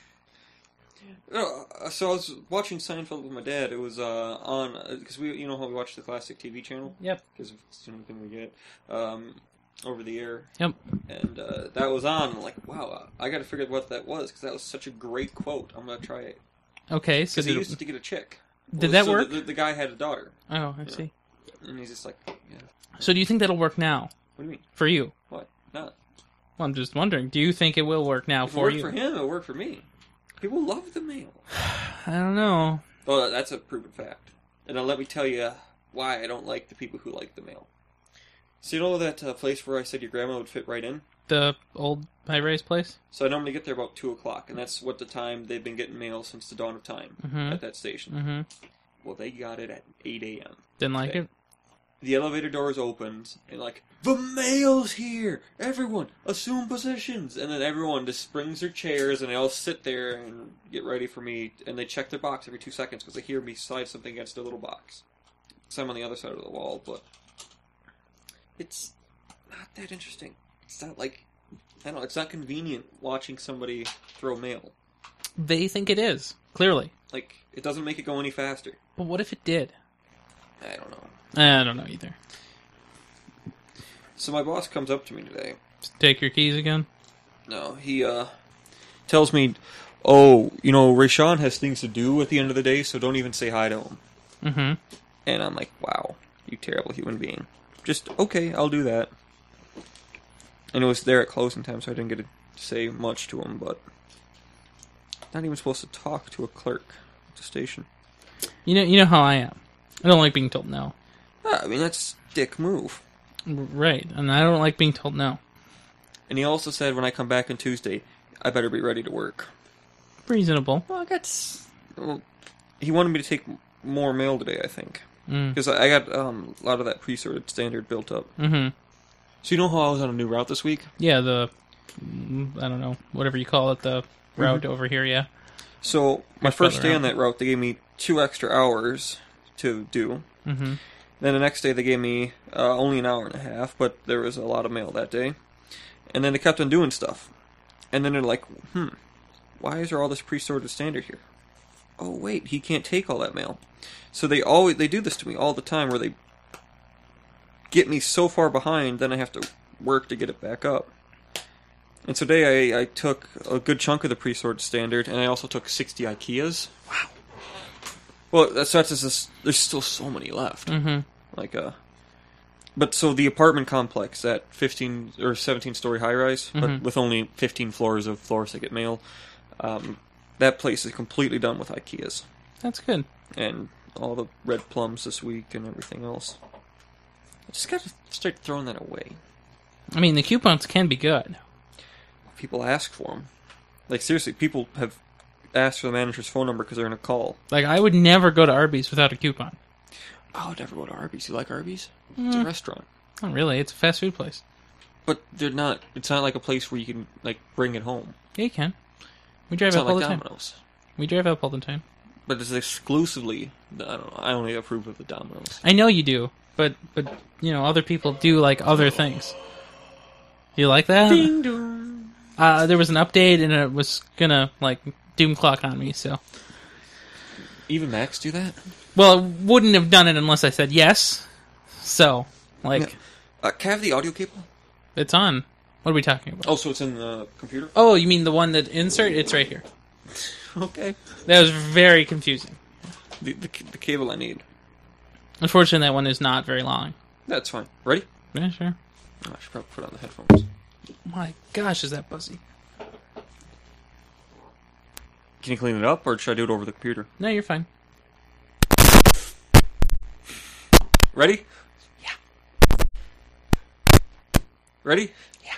B: Uh, so I was watching Seinfeld with my dad. It was uh, on because we, you know, how we watch the classic TV channel.
C: Yep.
B: Because it's the only thing we get um, over the air.
C: Yep.
B: And uh, that was on. I'm like, wow, I got to figure out what that was because that was such a great quote. I'm gonna try it
C: Okay, so
B: because he
C: did,
B: used it to get a chick.
C: did
B: Well,
C: that
B: so
C: work?
B: The, the, the guy had a daughter,
C: oh, I see.
B: and he's just like, yeah.
C: So do you think that'll work now
B: What do you mean?
C: for you?
B: What? Not
C: Well, I'm just wondering. Do you think it will work now
B: If it
C: for
B: worked
C: you?
B: for him, it worked for me. People love the mail.
C: I don't know.
B: Oh, that- that's a proven fact. And now let me tell you why I don't like the people who like the mail. So you know that uh, place where I said your grandma would fit right in?
C: The old high raise place.
B: So I normally get there about 2 o'clock, and that's what the time they've been getting mail since the dawn of time
C: Mm-hmm.
B: at that station.
C: Mm-hmm.
B: Well, they got it at 8 a.m.
C: Didn't like
B: Okay.
C: it.
B: The elevator doors opens, and like, the mail's here! Everyone, assume positions! And then everyone just springs their chairs, and they all sit there and get ready for me, and they check their box every two seconds because they hear me slide something against their little box. So I'm on the other side of the wall, but it's not that interesting. It's not like, I don't know, it's not convenient watching somebody throw mail.
C: They think it is clearly,
B: Like, it doesn't make it go any faster.
C: but what if it did?
B: I don't know.
C: I don't know either.
B: So my boss comes up to me today,
C: Just take your keys again.
B: No, he uh tells me, "Oh, you know, Rayshawn has things to do at the end of the day, so don't even say hi to him."
C: Mm-hmm.
B: And I'm like, "Wow, you terrible human being." Just okay, I'll do that. And it was there at closing time, so I didn't get to say much to him, but Not even supposed to talk to a clerk at the station.
C: You know, you know how I am. I don't like being told no.
B: Yeah, Ah, I mean, that's dick move.
C: R- Right, and I don't like being told no.
B: And he also said, when I come back on Tuesday, I better be ready to work.
C: Reasonable.
B: Well, I got. s- Well, he wanted me to take m- more mail today, I think.
C: Mm.
B: Because I I got um, a lot of that pre sorted standard built up.
C: hmm
B: So, you know how I was on a new route this week?
C: Yeah, the mm, I don't know whatever you call it, the
B: Mm-hmm.
C: route over here. Yeah.
B: So, my
C: That's
B: first
C: further
B: day
C: out.
B: on that route, they gave me two extra hours to do.
C: hmm
B: Then the next day they gave me uh, only an hour and a half, but there was a lot of mail that day. And then they kept on doing stuff. And then they're like, hmm, why is there all this pre-sorted standard here? Oh wait, he can't take all that mail. So they always they do this to me all the time, where they get me so far behind, then I have to work to get it back up. And so today I, I took a good chunk of the pre-sorted standard, and I also took sixty IKEAs. Wow. Well, that's that's just this, there's still so many left
C: hmm
B: like a but so the apartment complex that 15 or 17 story high rise
C: Mhm.
B: but with only 15 floors of floor ticket mail um, that place is completely done with ikeas
C: That's good.
B: and all the red plums this week and everything else i just gotta start throwing that away
C: I mean, the coupons can be good.
B: people ask for them like seriously people have asked for the manager's phone number because they're in a call
C: Like I would never go to Arby's without a coupon.
B: oh i'd never go to arby's you like arby's it's
C: Mm.
B: a restaurant
C: Not really. It's a fast food place.
B: but they're not it's not like a place where you can like bring it home
C: Yeah, you can. We drive
B: it's
C: up
B: not
C: all
B: like
C: the time.
B: domino's
C: We drive up all the time.
B: but it's exclusively. I don't know. I only approve of the Domino's.
C: I know you do, but but you know other people do like other things. You like that?
B: Ding dong.
C: Uh, there was an update and it was gonna like doom clock on me. So
B: Even Max do that?
C: well, it wouldn't have done it unless I said yes. So like
B: Yeah. Uh, can I have the audio cable?
C: it's on. What are we talking about?
B: Oh, so it's in the computer.
C: Oh, you mean the one that insert? It's right here.
B: Okay.
C: That was very confusing.
B: The, the the cable I need.
C: Unfortunately, that one is not very long.
B: That's fine. Ready?
C: Yeah, sure.
B: Oh, I should probably put on the headphones.
C: My gosh, is that buzzy?
B: Can you clean it up, or should I do it over the computer?
C: No, you're fine.
B: Ready? Yeah. Ready? Yeah.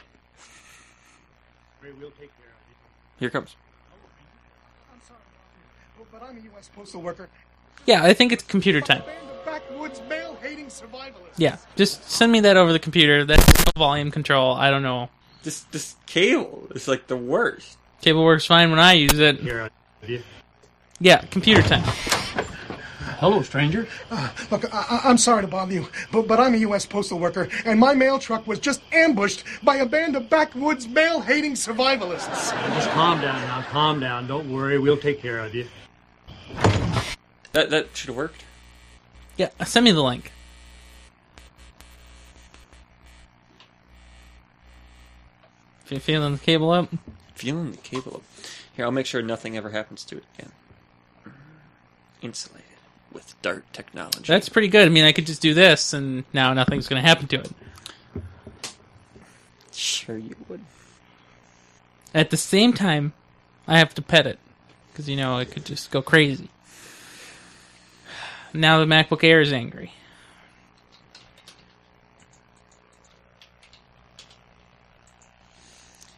B: Here it comes.
G: But I'm a U.S. postal worker.
C: Yeah, I think it's computer time.
G: Band of backwoods mail-hating survivalists.
C: Yeah, just send me that over the computer. That's no volume control. I don't know.
B: This this cable is like the worst.
C: Cable works fine when I use it. Yeah, computer time.
H: Hello, stranger.
G: Look, I- I- I'm sorry to bother you, but but I'm a U.S. postal worker, and my mail truck was just ambushed by a band of backwoods mail-hating survivalists.
H: Just calm down now. Calm down. Don't worry. We'll take care of you.
B: That that should have worked.
C: Yeah, send me the link. If you're feeling the cable up,
B: Feeling the cable up. Here, I'll make sure nothing ever happens to it again. Insulated with dart technology.
C: that's pretty good. I mean, I could just do this, and now nothing's going to happen to it.
B: sure you would.
C: At the same time, I have to pet it because you know it could just go crazy. Now the MacBook Air is angry.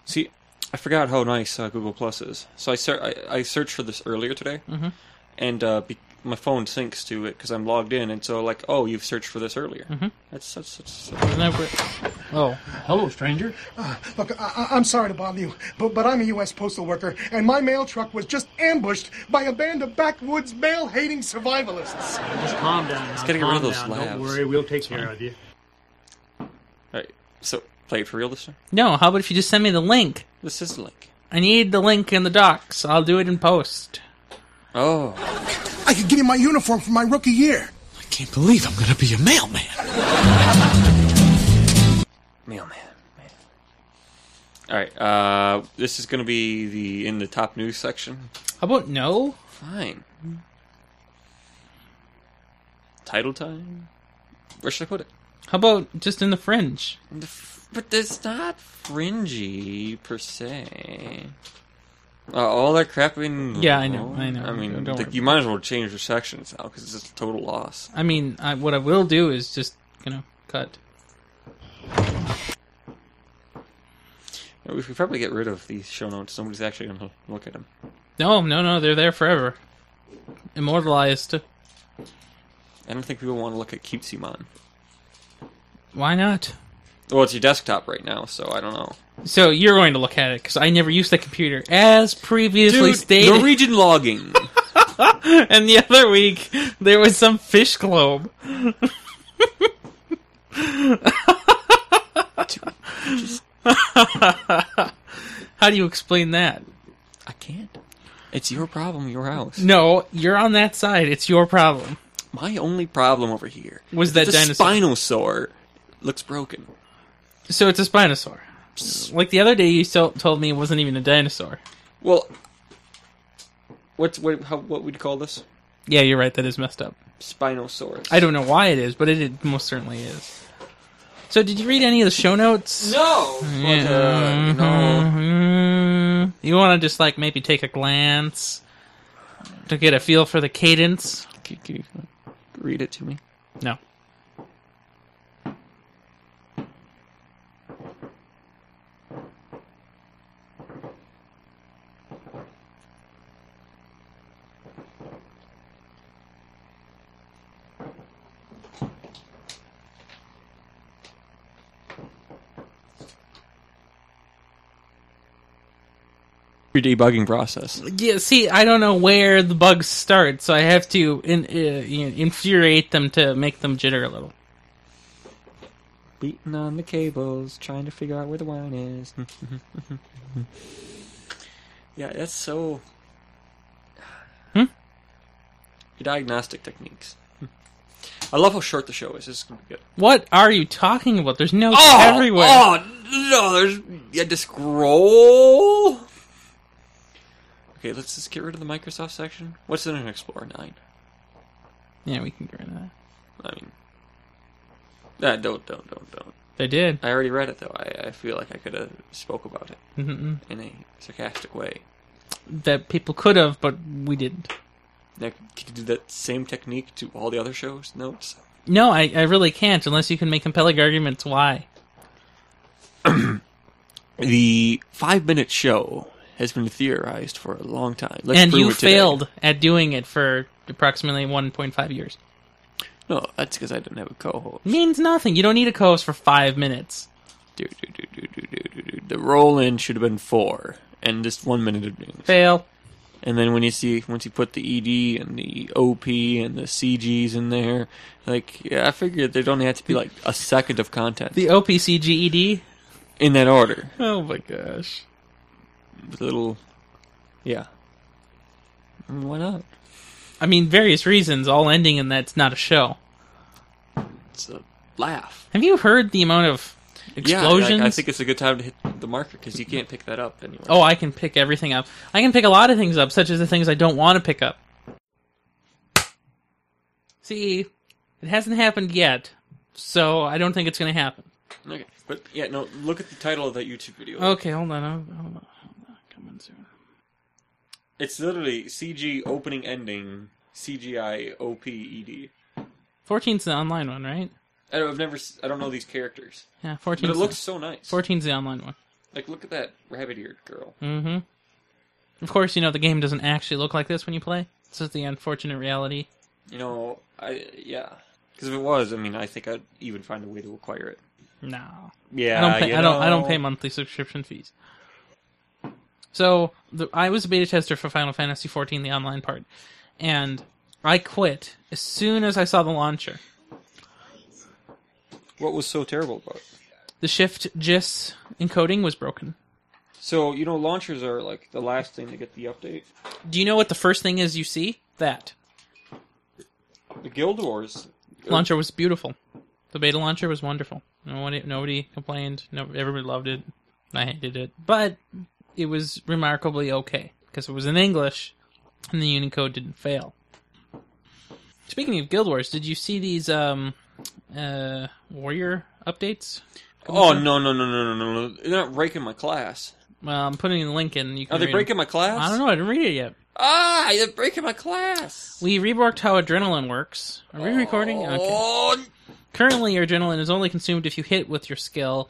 B: See, I forgot how nice uh, Google Plus is. So I, ser- I I searched for this earlier today,
C: Mhm.
B: and uh, be- my phone syncs to it because I'm logged in, and so like, oh, you've searched for this earlier.
C: Mhm.
B: That's that's that's.
C: Isn't that weird? Oh,
H: Hello, stranger.
G: Ah, Look, I- I- I'm sorry to bother you, but but I'm a U.S. postal worker, and my mail truck was just ambushed by a band of backwoods mail-hating survivalists.
H: Just calm down. Now.
B: gotta get
H: calm
B: rid of those
H: down.
B: labs.
H: Don't worry. We'll take care of you.
B: All right, so play it for real this time.
C: no! How about if you just send me the link?
B: This is the link.
C: I need the link in the docs. I'll do it in post.
B: Oh,
G: I could give you my uniform for my rookie year.
I: I can't believe I'm going to be a mailman.
B: mailman. man. All right, uh, this is going to be the in the top news section.
C: How about no?
B: Fine. Title time. Where should I put it?
C: How about just in the fringe?
B: The f- But it's not fringy per se. Uh, all that crap in.
C: Yeah, I know, I know.
B: I mean,
C: Don't
B: like,
C: worry.
B: you might as well change your sections now because it's just a total loss.
C: I mean, I, what I will do is just you know cut.
B: You know, we should probably get rid of these show notes. Somebody's actually going to look at them.
C: No, no, no, they're there forever, immortalized.
B: I don't think people want to look at Keepsimon.
C: Why not?
B: Well, it's your desktop right now, so I don't know.
C: So you're going to look at it because I never used the computer, as previously stated.
B: Norwegian logging.
C: and the other week there was some fish globe. How do you explain that?
B: I can't. It's your problem, your house.
C: No, you're on that side. It's your problem.
B: My only problem over here
C: Was
B: is
C: that
B: the
C: dinosaur?
B: Spinosaur looks broken.
C: So it's a spinosaur. Like the other day, you so- told me it wasn't even a dinosaur.
B: Well, what's what? How, what would you call this?
C: Yeah, you're right. That is messed up.
B: Spinosaurus.
C: I don't know why it is, but it, it most certainly is. So, did you read any of the show notes?
B: No. But, uh, no.
C: Mhm. You want to just like maybe take a glance to get a feel for the cadence?
B: Can, can you read it to me?
C: No.
B: Your debugging process.
C: Yeah, see, I don't know where the bugs start, so I have to in, uh, you know, infuriate them to make them jitter a little.
B: Beating on the cables, trying to figure out where the wine is. yeah, that's so.
C: Hmm?
B: Your diagnostic techniques. Hmm. I love how short the show is. This is gonna be good.
C: What are you talking about? There's notes
B: Oh,
C: everywhere.
B: Oh no, there's you had to scroll. Okay, let's just get rid of the Microsoft section. What's in an Explorer nine?
C: Yeah, we can get rid of that.
B: I mean, ah, don't, don't, don't, don't.
C: They did.
B: I already read it though. I, I feel like I could have spoke about it
C: Mm-mm.
B: in a sarcastic way.
C: Mm-hmm. That people could have, but we didn't.
B: Now, could you do that same technique to all the other shows notes?
C: No, I, I really can't unless you can make compelling arguments why.
B: The five minute show has been theorized for a long time. Let's
C: and
B: prove
C: you
B: it today.
C: failed at doing it for approximately 1.5 years.
B: No, Oh, that's because I didn't have a co-host.
C: Means nothing. You don't need a co-host for five minutes.
B: Dude, dude, dude, dude, dude, dude, dude, dude. The roll in should have been four, and just one minute of news.
C: Fail.
B: And then when you see once you put the ED and the OP and the CGs in there, like yeah, I figured there'd only have to be like a second of content
C: The OPCGED.
B: in that order.
C: E Oh my gosh.
B: With a little, yeah. Mm, Why not?
C: I mean, various reasons, all ending in that's not a show.
B: It's a laugh.
C: Have you heard the amount of explosions?
B: Yeah, I, I think it's a good time to hit the marker because you can't pick that up anyway.
C: oh, I can pick everything up. I can pick a lot of things up, such as the things I don't want to pick up. See, it hasn't happened yet, so I don't think it's going to happen.
B: okay. But yeah, no. Look at the title of that YouTube video.
C: Okay, hold on. Hold on. Hold on. Coming soon.
B: It's literally CG opening ending CGI OP ED.
C: 14's the online one,
B: E
C: right?
B: I don't, I've never. s- I don't know these characters,
C: Yeah,
B: but
C: 14.
B: it looks so nice.
C: 14's the online one.
B: Like, look at that rabbit-eared girl.
C: Mm-hmm. Of course, you know the game doesn't actually look like this when you play. This is the unfortunate reality.
B: You know, I yeah. Because if it was, I mean, I think I'd even find a way to acquire it.
C: No,
B: Yeah,
C: I don't. Pay,
B: you
C: I don't. I don't
B: know.
C: pay monthly subscription fees. So the, I was a beta tester for Final Fantasy XIV, the online part, and I quit as soon as I saw the launcher.
B: What was so terrible about it?
C: The shift GIS encoding was broken.
B: So you know, launchers are like the last thing to get the update.
C: Do you know what the first thing is you see? That
B: The Guild Wars
C: launcher was beautiful. The beta launcher was wonderful. Nobody, nobody complained. No, everybody loved it. I hated it, but it was remarkably okay because it was in English, and the Unicode didn't fail. Speaking of Guild Wars, did you see these um, uh, warrior updates?
B: Oh no no no no no no! no. They're not raking my class.
C: Well, I'm putting the link in. You can
B: Are they
C: read 'em.
B: breaking my class?
C: I don't know. I didn't read it yet.
B: Ah, they're breaking my class.
C: We reworked how adrenaline works. Are we recording? Okay.
B: Oh,
C: Currently, your adrenaline is only consumed if you hit with your skill.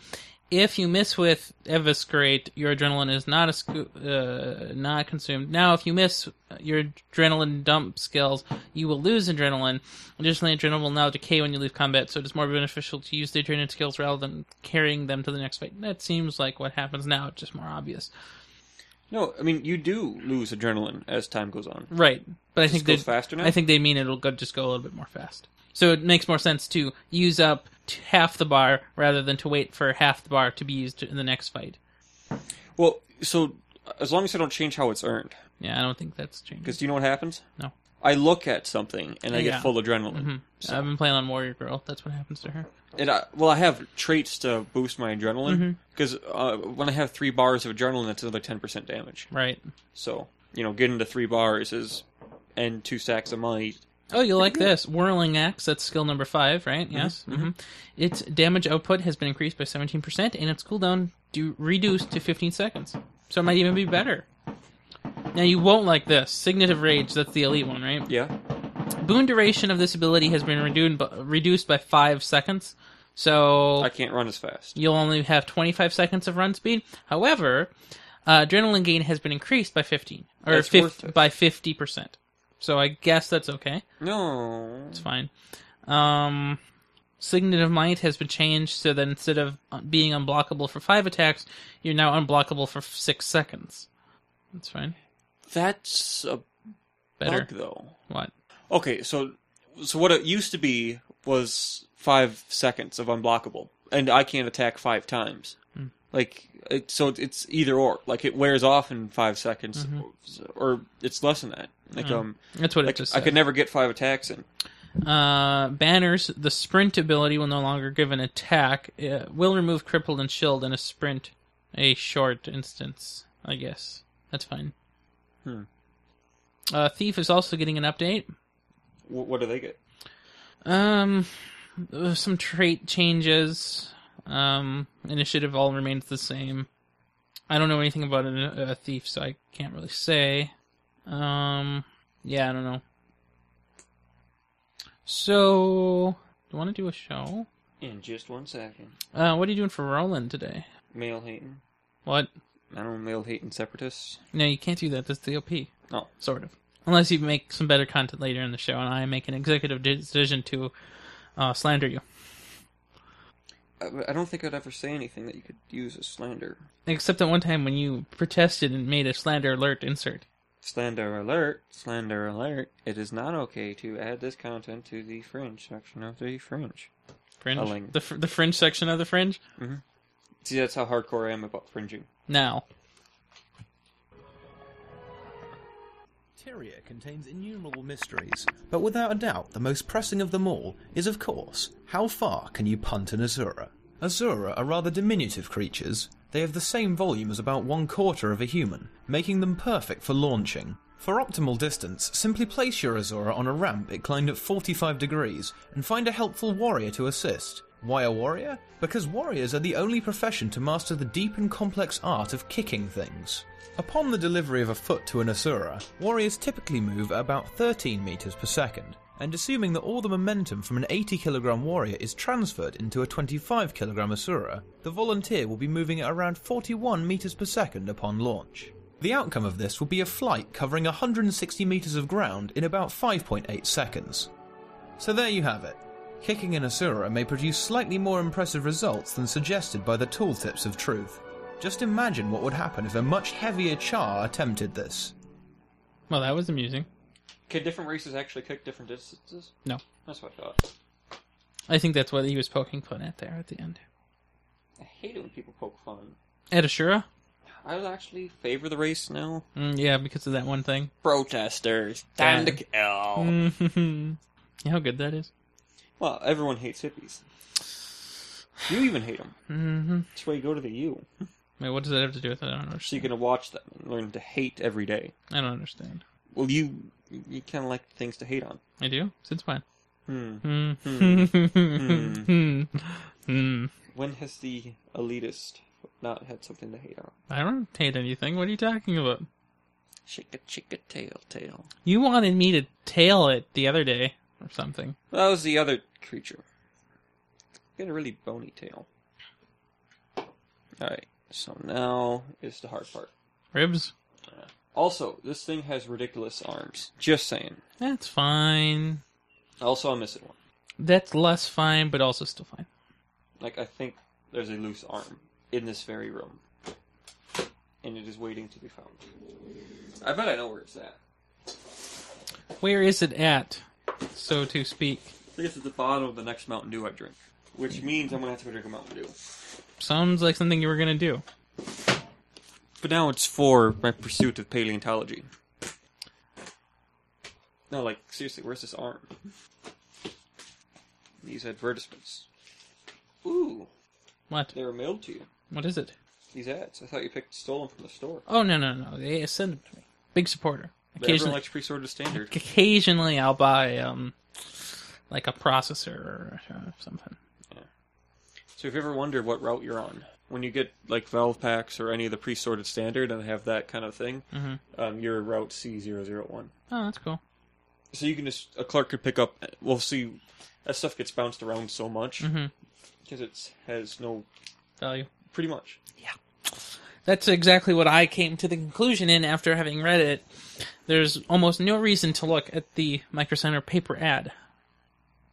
C: If you miss with eviscerate, your adrenaline is not a sco- uh, not consumed. Now, if you miss your adrenaline dump skills, you will lose adrenaline. Additionally, adrenaline will now decay when you leave combat, so it is more beneficial to use the adrenaline skills rather than carrying them to the next fight. That seems like what happens now, it's just more obvious.
B: no, I mean you do lose adrenaline as time goes on.
C: Right, but I
B: Just
C: think
B: goes
C: they-
B: faster now?
C: I think they mean it'll go, just go a little bit more fast. So it makes more sense to use up t- half the bar rather than to wait for half the bar to be used in the next fight.
B: Well, so as long as I don't change how it's earned,
C: Yeah, I don't think that's changed.
B: because do you know what happens?
C: No.
B: I look at something and I
C: Yeah.
B: get full adrenaline.
C: Mm-hmm. I've been playing on Warrior Girl. That's what happens to her.
B: and I, well, I have traits to boost my
C: Mm-hmm.
B: adrenaline because uh, when I have three bars of adrenaline, that's another ten percent damage.
C: Right.
B: So you know, getting to three bars is and two stacks of money.
C: Oh, you like this whirling axe? That's skill number five, right? Yes. hmm Its damage output has been increased by seventeen percent, and its cooldown do- reduced to fifteen seconds. So it might even be better. Now you won't like this signet of rage. That's the elite one, right?
B: Yeah,
C: Boon duration of this ability has been reduced reduced by five seconds, so
B: I can't run as fast.
C: you'll only have 25 seconds of run speed. However, uh, adrenaline gain has been increased by 15 or
B: That's
C: 50,
B: worth it.
C: by 50 percent. So I guess that's okay.
B: No,
C: It's fine. Um, Signet of Might has been changed so that instead of uh, being unblockable for five attacks, you're now unblockable for six seconds. That's fine.
B: that's a
C: Better.
B: bug though.
C: What?
B: Okay, so so what it used to be was five seconds of unblockable, and I can't attack five times.
C: Hmm.
B: Like it, so, it's either or. Like it wears off in five seconds, or it's less than that. Like um.
C: That's what
B: Like,
C: Mm-hmm. it just
B: I
C: said.
B: could never get five attacks in.
C: Uh, banners, the sprint ability will no longer give an attack. Uh, will remove crippled and shield in a sprint, a short instance, I guess. That's fine.
B: Hmm.
C: Uh, Thief is also getting an update.
B: Wh- What do they get?
C: Um, uh, some trait changes. Um, initiative all remains the same. I don't know anything about a, a thief, so I can't really say. Um, yeah, I don't know. So, do you want to do a show?
B: In just one second.
C: Uh, what are you doing for Roland today?
B: Male hating.
C: What?
B: I don't know, male hating separatists.
C: No, you can't do that. That's the OP.
B: Oh.
C: Sort of. Unless you make some better content later in the show, and I make an executive decision to uh, slander you.
B: I, I don't think I'd ever say anything that you could use as slander.
C: Except at one time when you protested and made a slander alert insert.
B: Slander alert, slander alert. It is not okay to add this content to the fringe section of the fringe.
C: Fringe.
B: A link.
C: The, fr- the fringe section of the fringe?
B: See, that's how hardcore I am about fringing.
C: Now.
I: Tyria contains innumerable mysteries, but without a doubt, the most pressing of them all is, of course, how far can you punt an Azura? Azura are rather diminutive creatures. They have the same volume as about one quarter of a human, making them perfect for launching. For optimal distance, simply place your Azura on a ramp inclined at 45 degrees and find a helpful warrior to assist. Why a warrior? Because warriors are the only profession to master the deep and complex art of kicking things. Upon the delivery of a foot to an Asura, warriors typically move at about 13 meters per second, and assuming that all the momentum from an 80 kilogram warrior is transferred into a 25 kilogram Asura, the volunteer will be moving at around 41 meters per second upon launch. The outcome of this will be a flight covering 160 meters of ground in about 5.8 seconds. So there you have it. Kicking an Asura may produce slightly more impressive results than suggested by the tooltips of truth. Just imagine what would happen if a much heavier char attempted this.
C: Well, that was amusing.
B: Can different races actually kick different distances?
C: No.
B: That's what I thought.
C: I think that's what he was poking fun at there at the end.
B: I hate it when people poke fun.
C: At Ashura?
B: I would actually favor the race now.
C: Mm, yeah, because of that one thing.
B: Protesters.
C: time to
B: kill.
C: Mm-hmm. you know how good that is?
B: Well, everyone hates hippies. You even hate them. Mm-hmm. That's why you go to the U.
C: Wait, what does that have to do with it? I don't
B: So you're
C: understand.
B: gonna watch them and learn to hate every day.
C: I don't understand.
B: Well, you you kind of like things to hate on.
C: I do? Since when?
B: Hmm.
C: Hmm. Hmm. Hmm.
B: When has the elitist not had something to hate on.
C: I don't hate anything. What are you talking about?
B: Chicka chicka tail tail.
C: You wanted me to tail it the other day or something.
B: That was the other creature. Got a really bony tail. Alright, so now is the hard part.
C: Ribs?
B: Also, this thing has ridiculous arms. Just saying.
C: That's fine.
B: Also, I'm missing one.
C: That's less fine, but also still fine.
B: Like, I think there's a loose arm in this very room. And it is waiting to be found. I bet I know where it's at.
C: Where is it at, so to speak?
B: I think it's at the bottom of the next Mountain Dew I drink. Which means I'm gonna have to go drink a Mountain Dew.
C: Sounds like something you were gonna do.
B: But now it's for my pursuit of paleontology. No, like, seriously, where's this arm? These advertisements. Ooh,
C: What?
B: they were mailed to you.
C: What is it?
B: These ads. I thought you picked stolen from the store.
C: Oh no no no! They send them to me. Big supporter.
B: But Everyone
C: Occasionally,
B: likes pre sorted standard.
C: occasionally I'll buy um, like a processor or uh, something.
B: So if you ever wonder what route you're on, when you get like valve packs or any of the pre sorted standard and they have that kind of thing,
C: Mhm.
B: um, you're route C001.
C: Oh, that's cool.
B: So you can just a clerk could pick up. We'll see. That stuff gets bounced around so much because
C: Mhm.
B: it has no
C: Value.
B: pretty much.
C: That's exactly what I came to the conclusion in after having read it. There's almost no reason to look at the Micro Center paper ad.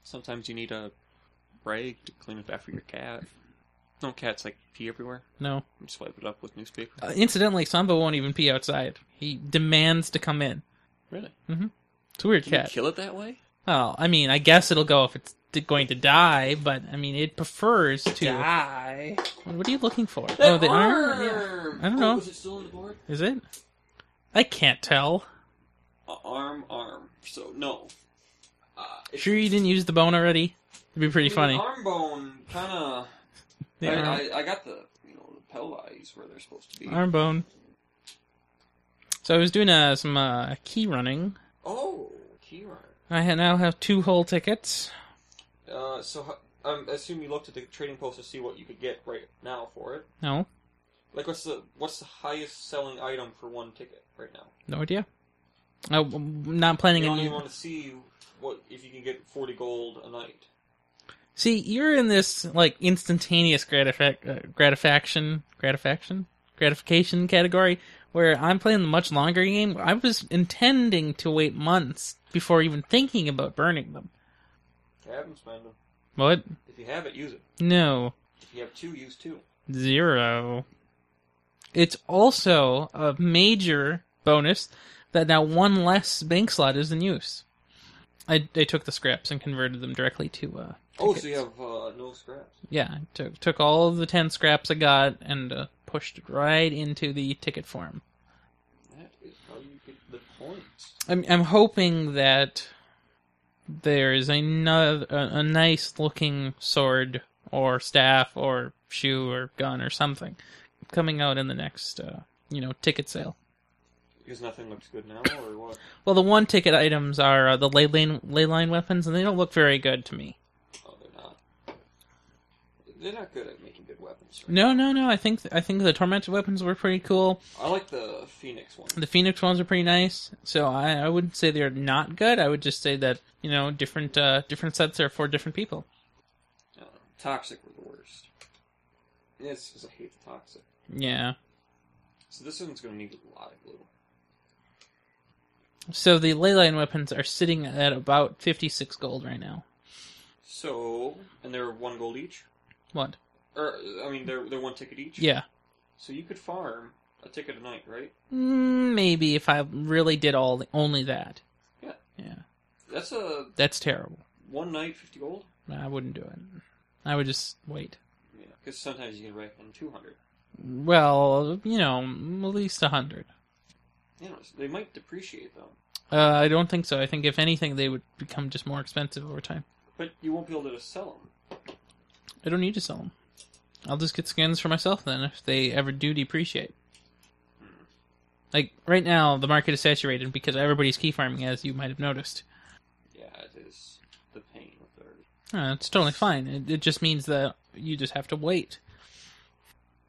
B: Sometimes you need a rag to clean up after your cat. No cats like pee everywhere.
C: No.
B: You swipe it up with newspaper.
C: Uh, incidentally, Samba won't even pee outside. He demands to come in. Mm-hmm.
B: Really?
C: It's a weird
B: Can
C: cat.
B: you kill it that way?
C: Oh, I mean, I guess it'll go if it's d- going to die, but I mean, it prefers to
B: Die.
C: What are you looking for?
B: That
C: oh, the
B: arm.
C: yeah. I don't know.
B: Was it still on the board?
C: Is it? I can't tell.
B: Uh, arm, arm. So no. Uh, it's
C: Sure, you didn't use the bone already. It'd be pretty funny.
B: Arm bone, kind of.
C: The arm,
B: I, I, I got the you know the pelvis where they're supposed to be.
C: arm bone. So I was doing uh, some uh, key running.
B: Oh, key rhyme.
C: I ha- now have two whole tickets.
B: Uh, so ho- um, I assume you looked at the trading post to see what you could get right now for it.
C: No,
B: Like, what's the what's the highest selling item for one ticket right now?
C: no idea. I, am not planning
B: You
C: on
B: don't even want to see what if you can get forty gold a night.
C: See, you're in this like instantaneous gratific- uh, gratification, gratification, gratification category where I'm playing the much longer game. I was intending to wait months before even thinking about burning them.
B: Have them, spend them.
C: What?
B: If you have it, use it.
C: No,
B: If you have two, use two.
C: zero. It's also a major bonus that now one less bank slot is in use. I, I took the scraps and converted them directly to uh,
B: Oh, so you have uh, no scraps.
C: Yeah, I took took all of the ten scraps I got and uh, pushed it right into the ticket form.
B: That is how you get the points.
C: I'm I'm hoping that there is another a, a nice looking sword or staff or shoe or gun or something coming out in the next uh, you know ticket sale.
B: Because nothing looks good now, or what?
C: Well, the one ticket items are uh, the ley line ley line weapons, and they don't look very good to me.
B: Oh, they're not. They're not good at making good weapons. right?
C: No, no, no. I think I think the tormented weapons were pretty cool.
B: I like the Phoenix one.
C: The Phoenix ones are pretty nice, so I, I wouldn't say they're not good. I would just say that you know different uh, different sets are for different people.
B: I don't know. Uh, Toxic were the worst. Yes, because I hate the toxic.
C: Yeah.
B: So this one's going to need a lot of glue.
C: So the ley line weapons are sitting at about fifty six gold right now.
B: So, and they're one gold each,
C: What?
B: or I mean, they're they're one ticket each.
C: Yeah.
B: So you could farm a ticket a night, right?
C: Mm, Maybe if I really did all only that.
B: Yeah.
C: Yeah.
B: That's a
C: That's terrible.
B: one night fifty gold.
C: I wouldn't do it. I would just wait.
B: Yeah, because sometimes you can reckon two hundred.
C: Well, you know, at least a hundred.
B: You know, they might depreciate though,
C: Uh, I don't think so. I think if anything, they would become just more expensive over time.
B: but you won't be able to sell them.
C: I don't need to sell them. I'll just get skins for myself then if they ever do depreciate. Like right now, the market is saturated because everybody's key farming, as you might have noticed.
B: Yeah, it is the pain of the earth.
C: Uh, it's totally fine. It, it just means that you just have to wait.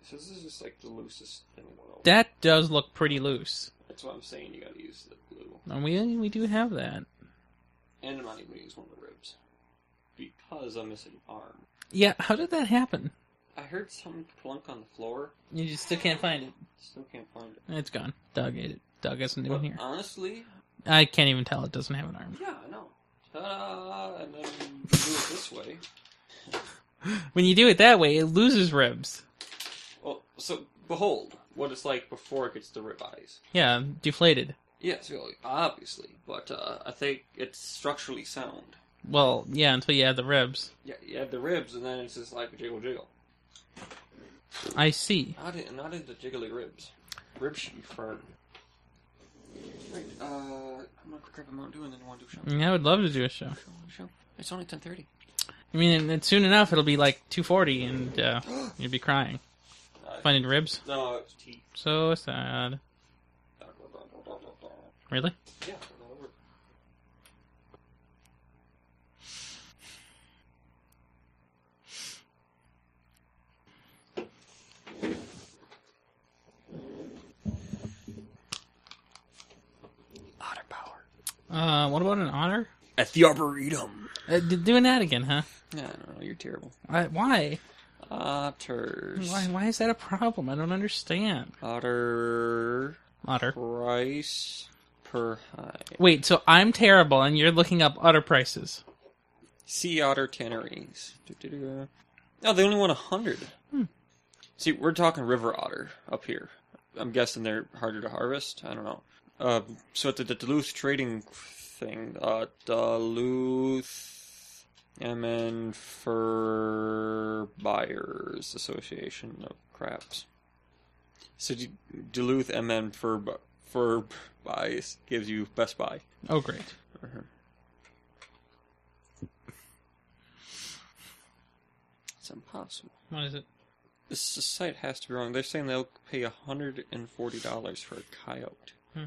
B: So this is just like the loosest thing in the world.
C: That does look pretty loose.
B: That's what I'm saying. You gotta use the blue,
C: And we we do have that.
B: and I'm not even gonna use one of the ribs because I'm missing an arm.
C: Yeah, how did that happen?
B: I heard something plunk on the floor.
C: You just still can't find it.
B: Still can't find it.
C: It's gone. Doug ate it. Doug has something
B: But
C: in here.
B: honestly,
C: I can't even tell it doesn't have an arm.
B: yeah, I know. Ta-da! And then do it this way.
C: When you do it that way, it loses ribs.
B: Well, Oh, so behold what it's like before it gets the rib eyes.
C: Yeah, deflated.
B: Yes, well, obviously, but uh, I think it's structurally sound.
C: Well, yeah, until you add the ribs.
B: Yeah, you add the ribs, and then it's just like a jiggle jiggle.
C: I see.
B: Not in, not into jiggly ribs. Ribs should be firm. Right, uh, I'm gonna grab a Mountain Dew and then I wanna do a
C: I,
B: show.
C: mean, I would love to do a show.
B: Show, show. Mm. It's only 10.30.
C: I mean, and, and soon enough it'll be like 240, and uh, you'll be crying, finding ribs.
B: No, it's tea.
C: So sad. Really?
B: Yeah, no, we're-
C: Uh, what about an otter?
B: At the Arboretum.
C: Uh, d- doing that again, huh?
B: Yeah, I don't know, you're terrible. Uh,
C: I, why?
B: Otters.
C: Why? Why is that a problem? I don't understand.
B: Otter
C: Otter.
B: price per hive.
C: Wait, so I'm terrible, and you're looking up otter prices.
B: Sea otter tanneries. Du-du-du. No, they only want a hundred. See, we're talking river otter up here. I'm guessing they're harder to harvest. I don't know. Uh, so at the, the Duluth trading thing, uh, Duluth MN Fur Buyers Association of Craps. So D- Duluth MN Fur Bu- Fur Buys gives you Best Buy.
C: Oh, great.
B: It's impossible.
C: What is it?
B: This the site has to be wrong. They're saying they'll pay hundred and forty dollars for a coyote.
C: Hmm.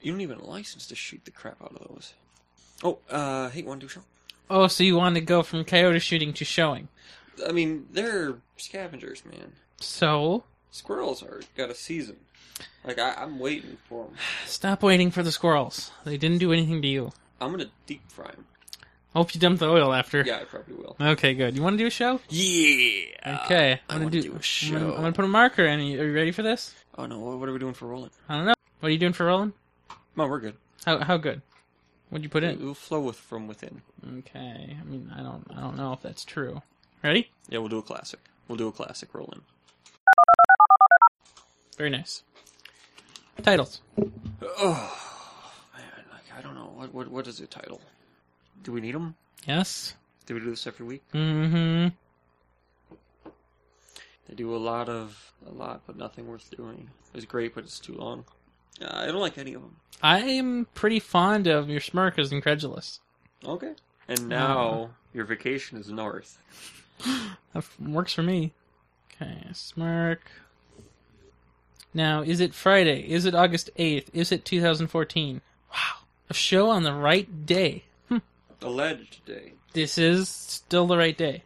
B: You don't even license to shoot the crap out of those. Oh, uh, hey, one do show.
C: Oh, so you want to go from coyote shooting to showing?
B: I mean, they're scavengers, man.
C: So
B: Squirrels are got a season. Like I, I'm waiting for them.
C: stop waiting for the squirrels. They didn't do anything to you.
B: I'm gonna deep fry them.
C: Hope you dump the oil after.
B: Yeah, I probably will.
C: Okay, good. You want to do a show?
B: Yeah.
C: Okay,
B: I
C: I'm gonna
B: wanna
C: do,
B: do a
C: I'm gonna,
B: show.
C: I'm gonna put a marker in. Are you, are you ready for this?
B: Oh no, what what are we doing for rolling?
C: I don't know. What are you doing for Roland?
B: No, we're good.
C: How how good? What'd you put
B: It
C: in?
B: will flow with from within.
C: Okay. I mean, I don't I don't know if that's true. Ready?
B: Yeah, we'll do a classic. We'll do a classic rolling.
C: Very nice. Titles.
B: Oh, Man, like I don't know what what what is the title? Do we need them?
C: Yes.
B: Do we do this every week?
C: Mm-hmm.
B: They do a lot of a lot, but nothing worth doing. It's great, but it's too long. Uh, I don't like any of them.
C: I'm pretty fond of your smirk is incredulous.
B: Okay. Mm-hmm. And now your vacation is north.
C: That f- works for me. Okay, smirk. Now, is it Friday? Is it August 8th? Is it 2014? Wow. A show on the right day.
B: Alleged day.
C: This is still the right day.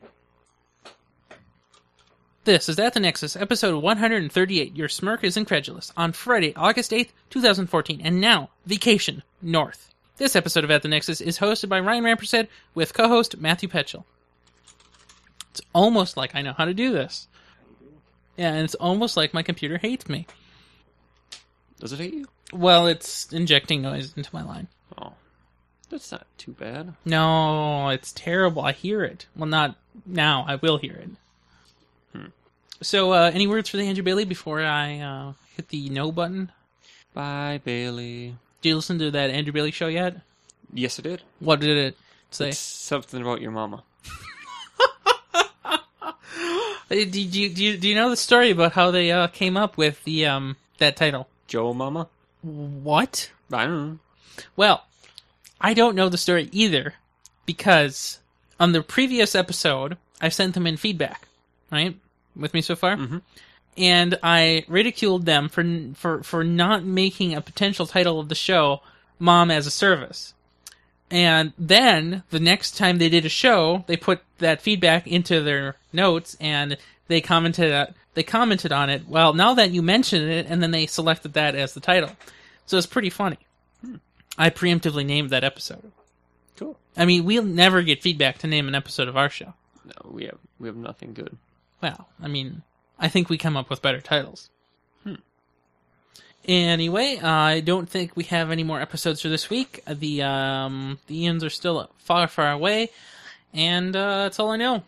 C: This is At the Nexus, episode 138. Your smirk is incredulous. On Friday, August 8th, 2014. And now, Vacation North. This episode of At the Nexus is hosted by Ryan Rampersad with co host Matthew Petchel. It's almost like I know how to do this. Yeah, and it's almost like my computer hates me.
B: Does it hate you?
C: Well, it's injecting noise into my line.
B: Oh, that's not too bad.
C: No, it's terrible. I hear it. Well, not now. I will hear it. So, uh, any words for the Andrew Bailey before I uh, hit the no button?
B: Bye, Bailey.
C: Did you listen to that Andrew Bailey show yet?
B: Yes, it did.
C: What did it say?
B: It's something about your mama.
C: Uh, Did you, do you do you know the story about how they uh, came up with the um that title?
B: Joe, mama.
C: What?
B: I don't know.
C: Well, I don't know the story either because on the previous episode, I sent them in feedback, right? With me so far?
B: Mhm.
C: And I ridiculed them for, for, for not making a potential title of the show, Mom as a Service. And then the next time they did a show, they put that feedback into their notes and they commented uh, they commented on it. Well, now that you mention it, and then they selected that as the title, so it's pretty funny. I preemptively named that episode.
B: Cool.
C: I mean, we'll never get feedback to name an episode of our show.
B: No, we have we have nothing good.
C: Well, I mean, I think we come up with better titles. Hmm. Anyway, uh, I don't think we have any more episodes for this week. The um, the ends are still far, far away, and uh, that's all I know.